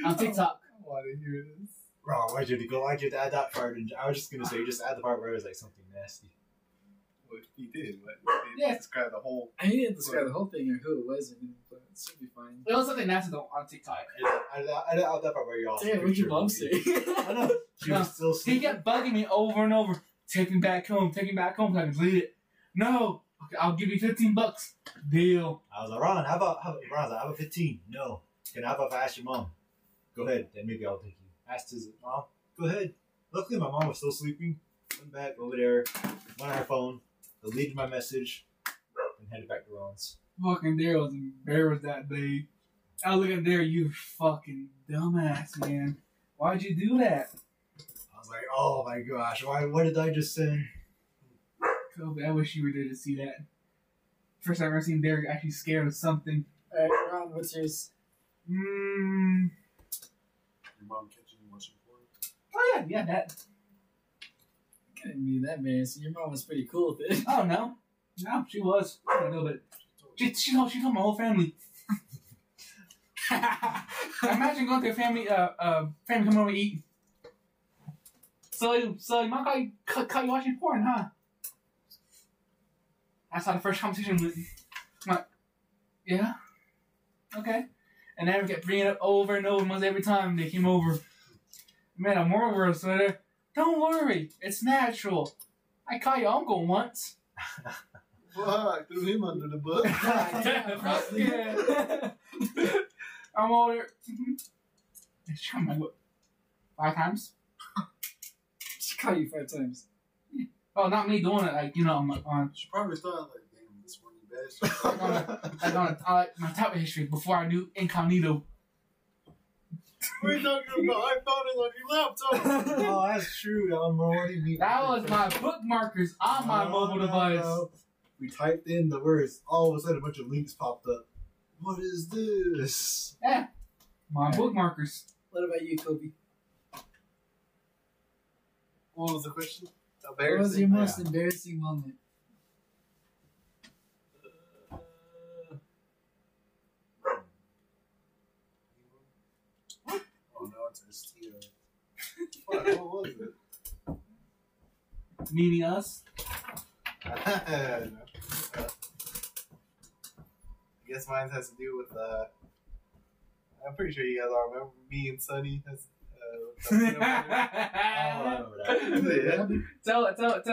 [SPEAKER 2] on TikTok.
[SPEAKER 5] I want to hear this.
[SPEAKER 1] Bro, why'd you go? Why'd you add that part? And I was just gonna say, just add the part where it was like something nasty.
[SPEAKER 3] Well, he did, but he didn't
[SPEAKER 2] Yeah.
[SPEAKER 3] describe the whole.
[SPEAKER 5] I didn't describe the whole thing or who it was, I mean, but it should be fine.
[SPEAKER 2] It was something nasty though on TikTok.
[SPEAKER 1] I didn't add that part where y'all.
[SPEAKER 5] Damn, what'd your mom say?
[SPEAKER 1] I know. She was still
[SPEAKER 2] He
[SPEAKER 1] sleeping.
[SPEAKER 2] kept bugging me over and over. Take me back home. Take me back home so I can delete it. No. Okay, I'll give you 15 bucks. Deal.
[SPEAKER 1] I was like, Ron, how about, how about Ron's like, how about 15? No. Can I have if I ask your mom? Go ahead, then maybe I'll take you. Asked his mom, go ahead. Luckily, my mom was still sleeping. Went back over there, went on her phone, deleted my message, and headed back to Ron's.
[SPEAKER 2] Fucking Dare was embarrassed that day. I look at Dare, you fucking dumbass, man. Why'd you do that?
[SPEAKER 1] I was like, oh my gosh, why, what did I just send?
[SPEAKER 2] Kobe, I wish you were there to see that. First time I've ever seen Dare actually scared of something.
[SPEAKER 5] Alright, Ron, what's yours?
[SPEAKER 2] Mmm.
[SPEAKER 4] Your mom catching you watching porn.
[SPEAKER 2] Oh yeah, yeah, that.
[SPEAKER 5] Couldn't be that embarrassing. Your mom was pretty cool with it.
[SPEAKER 2] I don't know. No, she was a little bit. She she told, she told my whole family. Imagine going to a family uh uh family come over and eat. So so my guy caught, caught you watching porn, huh? That's how the first conversation went. I'm like, yeah, okay. And then we kept bringing it up over and over once every time they came over. Man, I'm more worried. So they're, don't worry, it's natural. I caught your uncle once.
[SPEAKER 3] Fuck, threw him under the bus.
[SPEAKER 2] yeah. I'm older. She called my what? Five times?
[SPEAKER 5] She called you five times.
[SPEAKER 2] Oh, not me doing it. Like you know, I'm like on.
[SPEAKER 4] She probably thought like, damn, this one you
[SPEAKER 1] That's
[SPEAKER 2] Like on a, uh, my top of history before I knew incognito.
[SPEAKER 3] What are you talking about? I found it on your laptop.
[SPEAKER 1] oh, that's true. I'm already meeting.
[SPEAKER 2] That was my bookmarkers on my
[SPEAKER 1] No,
[SPEAKER 2] mobile
[SPEAKER 1] no,
[SPEAKER 2] device.
[SPEAKER 1] no. We typed in the words. All of a sudden, a bunch of links popped up. What is this?
[SPEAKER 2] My bookmarkers.
[SPEAKER 5] What about you, Kobe?
[SPEAKER 3] What was the question?
[SPEAKER 5] What was
[SPEAKER 3] Embarrassing.
[SPEAKER 5] your most embarrassing moment?
[SPEAKER 1] Oh no, it's STO. what, what was it?
[SPEAKER 2] Meaning us.
[SPEAKER 3] I guess mine has to do with uh I'm pretty sure you guys all remember me and Sonny has
[SPEAKER 1] Oh,
[SPEAKER 3] uh
[SPEAKER 1] I
[SPEAKER 2] tell
[SPEAKER 1] remember that.
[SPEAKER 3] yeah.
[SPEAKER 2] it, tell it, tell it.
[SPEAKER 3] I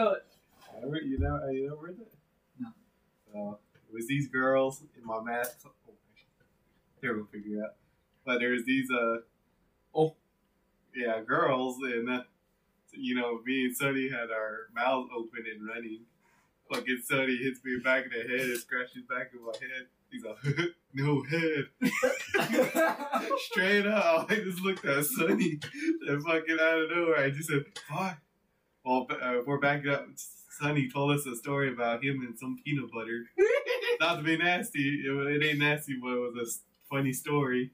[SPEAKER 3] re- you know uh, you know where that?
[SPEAKER 5] No.
[SPEAKER 3] So it was these girls in my math cl- oh, here we'll figure it out. But there was these uh
[SPEAKER 2] Oh.
[SPEAKER 3] yeah, girls and uh, you know, me and Sonny had our mouths open and running. Fucking Sonny hits me back in the head and scratches back in my head. He's like, no head. Straight up, I just looked at Sonny and fucking out of nowhere. I just said, "Fuck." Well, b- uh, we're back up. Sonny told us a story about him and some peanut butter. Not to be nasty, it, wa- it ain't nasty, but it was a s- funny story.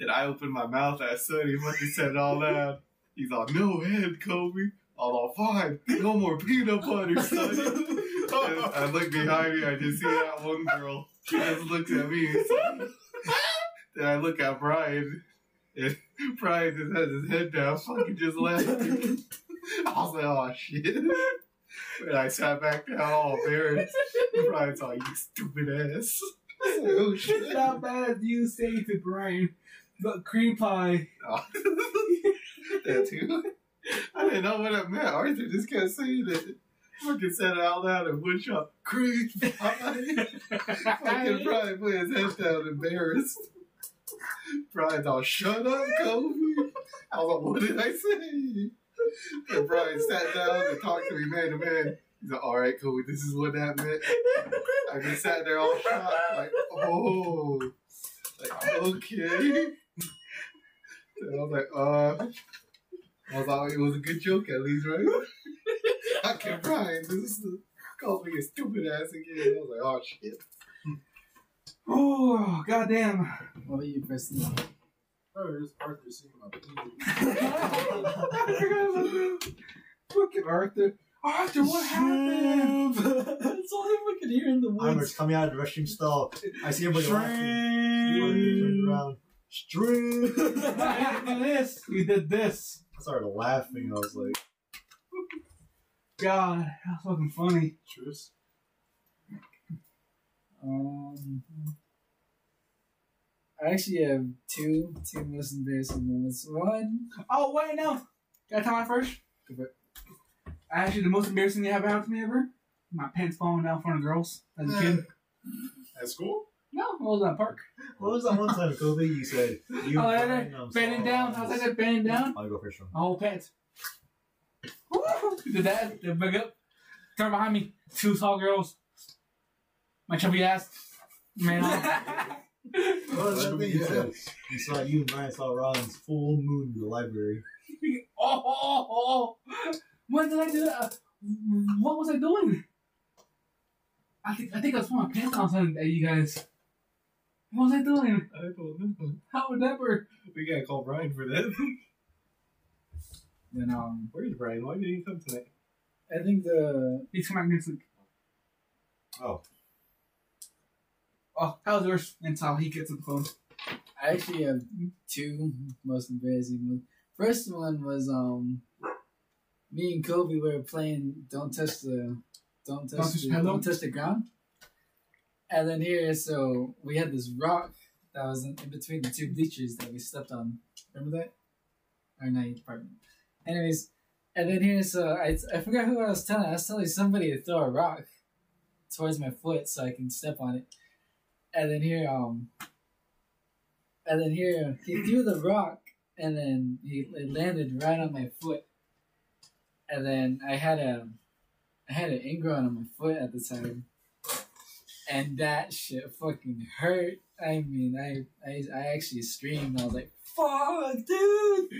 [SPEAKER 3] That I opened my mouth at Sonny, fucking said it all loud. He's like, "No head, Kobe." I'm like, "Fine, no more peanut butter, Sonny." And I look behind me, I just see that one girl. She just looks at me. Then I look at Brian, and Brian just has his head down, fucking just laughing. I was like, oh shit. And I sat back down all embarrassed. Brian's all, you stupid ass. Oh
[SPEAKER 2] It's
[SPEAKER 3] shit.
[SPEAKER 2] not bad you say to Brian, but cream pie.
[SPEAKER 3] that too. I didn't know what it meant. Arthur just kept saying it. Fucking said it out loud in woodshop. Creep. Fucking Brian put his head down embarrassed. Brian's all, shut up, Kobe. I was like, what did I say? And Brian sat down and talked to me man to man. He's like, all right, Kobe, this is what that meant. I just sat there all shocked, like, oh. Like, okay. And I was like, uh, I was like, it was a good joke at least, right? I kept crying. This is the, called me a stupid ass again. I was like, oh shit.
[SPEAKER 2] Oh, goddamn.
[SPEAKER 5] What about you, Preston?
[SPEAKER 4] First, Arthur seeing my penis.
[SPEAKER 2] I forgot about that. Fucking Arthur. Arthur, what happened?
[SPEAKER 5] That's all I could hear in the
[SPEAKER 1] I was coming out of the restroom stall. I see everybody laughing. He turns around. String.
[SPEAKER 2] I didn't do this. You did this.
[SPEAKER 1] I started laughing. I was like,
[SPEAKER 2] God, that's fucking funny.
[SPEAKER 4] Tris.
[SPEAKER 5] Um, I actually have two two most embarrassing moments. One,
[SPEAKER 2] Oh, wait, no. Got time first? Actually, the most embarrassing thing that ever happened to me ever, my pants falling down in front of girls as a kid.
[SPEAKER 4] At school?
[SPEAKER 2] No, I was in a park.
[SPEAKER 1] what was that one time, Kobe? You said you
[SPEAKER 2] Oh,
[SPEAKER 1] and
[SPEAKER 2] yeah,
[SPEAKER 1] Brian, um,
[SPEAKER 2] Bending
[SPEAKER 1] saw-
[SPEAKER 2] down. I was like that, bending down.
[SPEAKER 1] I'll go first one.
[SPEAKER 2] My whole pants. Woo! Did that, did back up. Turn behind me, two tall girls. My chubby ass. Man, I-
[SPEAKER 1] What was that
[SPEAKER 4] What?
[SPEAKER 1] thing you said? You saw you and Brian saw Ron's full moon in the library.
[SPEAKER 2] oh, oh, oh, oh. When did I do that? What was I doing? I think I think I was putting my pants on something at you guys. What was I doing?
[SPEAKER 3] I don't know.
[SPEAKER 2] How would that work?
[SPEAKER 3] We gotta call Brian for that.
[SPEAKER 5] then um,
[SPEAKER 3] Where's Brian? Why didn't he come tonight?
[SPEAKER 5] I think the
[SPEAKER 2] He's coming back next week.
[SPEAKER 1] Oh.
[SPEAKER 2] Oh, how's yours? And how he gets on the phone.
[SPEAKER 5] I actually have two most embarrassing moments. First one was um, me and Kobe were playing "Don't Touch the Don't Touch,
[SPEAKER 2] Don't Touch
[SPEAKER 5] the,
[SPEAKER 2] Pillow?
[SPEAKER 5] Don't Touch the Ground," and then here, so we had this rock that was in, in between the two bleachers that we slept on. Remember that? Or not your apartment. Anyways, and then here, so I, I forgot who I was telling. I was telling somebody to throw a rock towards my foot so I can step on it. And then here, um, and then here, he threw the rock, and then he it landed right on my foot. And then I had a, I had an ingrown on my foot at the time. and that shit fucking hurt. I mean, I I, I actually screamed. I was like, "Fuck, dude!"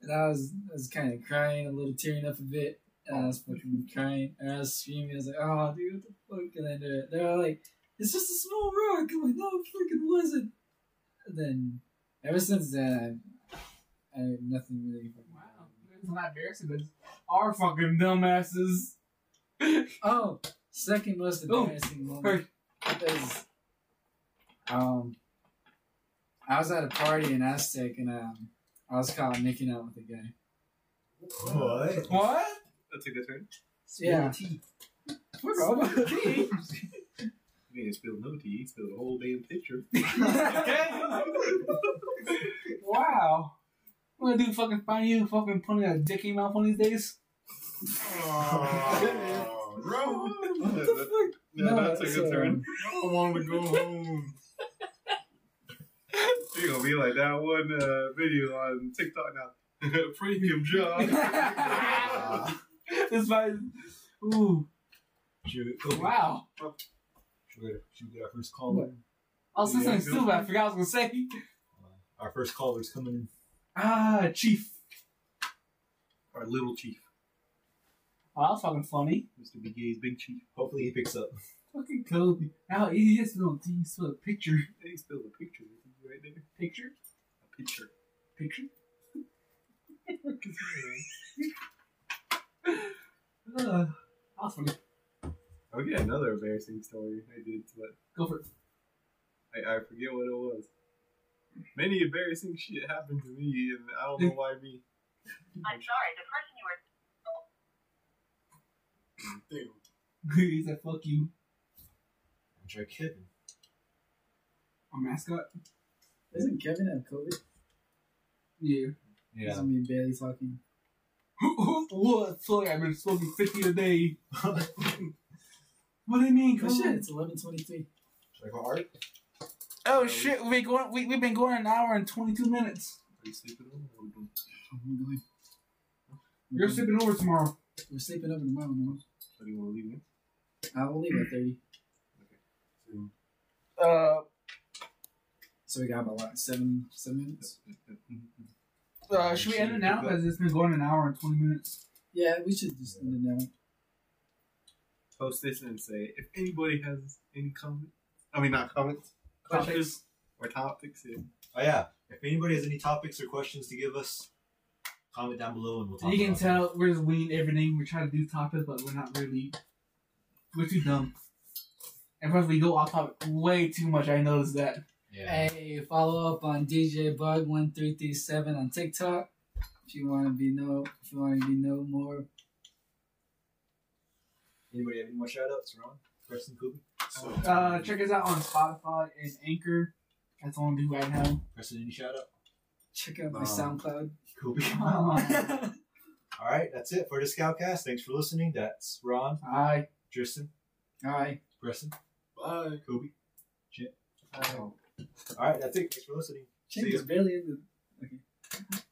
[SPEAKER 5] And I was I was kind of crying, a little tearing up a bit. And I was fucking crying, and I was screaming. I was like, "Oh, dude, what the fuck?" And then they're, they're all like, "It's just a small rock." I'm like, "No, it fucking wasn't." And then ever since then, I I have nothing really. Fucking
[SPEAKER 2] Wow. It's not embarrassing, but our fucking dumbasses.
[SPEAKER 5] Oh, second most
[SPEAKER 2] Oh,
[SPEAKER 5] embarrassing moment is um, I was at a party in Aztec and um, I was caught making out with a guy.
[SPEAKER 1] What?
[SPEAKER 2] What?
[SPEAKER 3] That's a good turn.
[SPEAKER 5] Yeah,
[SPEAKER 2] What's up with me?
[SPEAKER 3] You didn't spill no tea. You spilled the whole damn picture.
[SPEAKER 2] wow. What do fucking find you fucking putting a dick in your mouth one of these days?
[SPEAKER 4] Oh,
[SPEAKER 3] Bro,
[SPEAKER 5] what the fuck?
[SPEAKER 3] yeah, that's a good
[SPEAKER 5] so,
[SPEAKER 3] turn.
[SPEAKER 4] I want to go home.
[SPEAKER 3] You're gonna be like that one uh, video on TikTok now. Premium job.
[SPEAKER 2] This my ooh
[SPEAKER 1] Shoot.
[SPEAKER 2] wow.
[SPEAKER 1] Should we should we get our first caller?
[SPEAKER 2] I was saying
[SPEAKER 3] Yeah,
[SPEAKER 2] Oh, something stupid. I forgot what I was gonna say.
[SPEAKER 1] Our first caller's coming in.
[SPEAKER 2] Ah, Chief.
[SPEAKER 3] Our little chief,
[SPEAKER 2] Oh, that was fucking funny.
[SPEAKER 3] Mr. Bigay's big chief.
[SPEAKER 1] Hopefully he picks up.
[SPEAKER 2] Fucking Kobe. How easy is it on TV? Still a picture.
[SPEAKER 3] He spilled a picture right there.
[SPEAKER 2] Picture.
[SPEAKER 3] A picture.
[SPEAKER 2] Picture. uh, that was funny.
[SPEAKER 3] I'll get another embarrassing story I did, but
[SPEAKER 2] Go for it.
[SPEAKER 3] I, I forget what it was. Many embarrassing shit happened to me, and I don't know why me.
[SPEAKER 7] I'm sorry, the person you were
[SPEAKER 2] he said, "Fuck you."
[SPEAKER 1] I'm trying Kevin.
[SPEAKER 2] Our mascot.
[SPEAKER 5] Doesn't Kevin have COVID?
[SPEAKER 2] Yeah.
[SPEAKER 5] This is me barely talking.
[SPEAKER 2] what? Sorry, I've been smoking 50 a day. what do you mean?
[SPEAKER 5] Oh
[SPEAKER 2] Kobe?
[SPEAKER 5] shit, it's eleven twenty-three.
[SPEAKER 1] Should I call Art?
[SPEAKER 2] Oh shit, we going we we've been going an hour and twenty two minutes.
[SPEAKER 3] Are you sleeping on or what are you doing?
[SPEAKER 5] Oh,
[SPEAKER 2] You're sleeping over tomorrow.
[SPEAKER 5] We're sleeping over tomorrow. No?
[SPEAKER 3] So do you want to leave me?
[SPEAKER 5] I will leave at thirty,
[SPEAKER 2] Uh,
[SPEAKER 5] so we got about what seven seven minutes.
[SPEAKER 2] uh should we end it now? Because it's been going an hour and twenty minutes.
[SPEAKER 5] Yeah, we should just end it now.
[SPEAKER 3] Post this and say if anybody has any comments. I mean, not comments, questions or topics. Yeah.
[SPEAKER 1] Oh yeah. If anybody has any topics or questions to give us, comment down below and we'll talk.
[SPEAKER 2] You can
[SPEAKER 1] about
[SPEAKER 2] tell we're just winging everything. We're trying to do topics, but we're not really. We're too dumb. And plus, we go off topic way too much. I noticed that.
[SPEAKER 1] It. Yeah.
[SPEAKER 5] Hey, follow up on DJ Bug one three three seven on TikTok. If you want to be no, if you want to be no more,
[SPEAKER 1] Anybody have any more shout outs, Ron? Preston Kobe?
[SPEAKER 4] So,
[SPEAKER 2] Uh, check us out on Spotify and Anchor. That's all I do right now.
[SPEAKER 1] Preston, any shout out?
[SPEAKER 5] check out my
[SPEAKER 1] Um,
[SPEAKER 5] SoundCloud.
[SPEAKER 1] Kobe.
[SPEAKER 2] Oh.
[SPEAKER 1] Alright, that's it for the Scoutcast. Thanks for listening. That's Ron,
[SPEAKER 2] I
[SPEAKER 1] Tristan,
[SPEAKER 5] All right,
[SPEAKER 1] Preston,
[SPEAKER 3] Bye.
[SPEAKER 1] Kobe. Alright, that's it. Thanks for listening. um, See
[SPEAKER 5] Chink is barely in the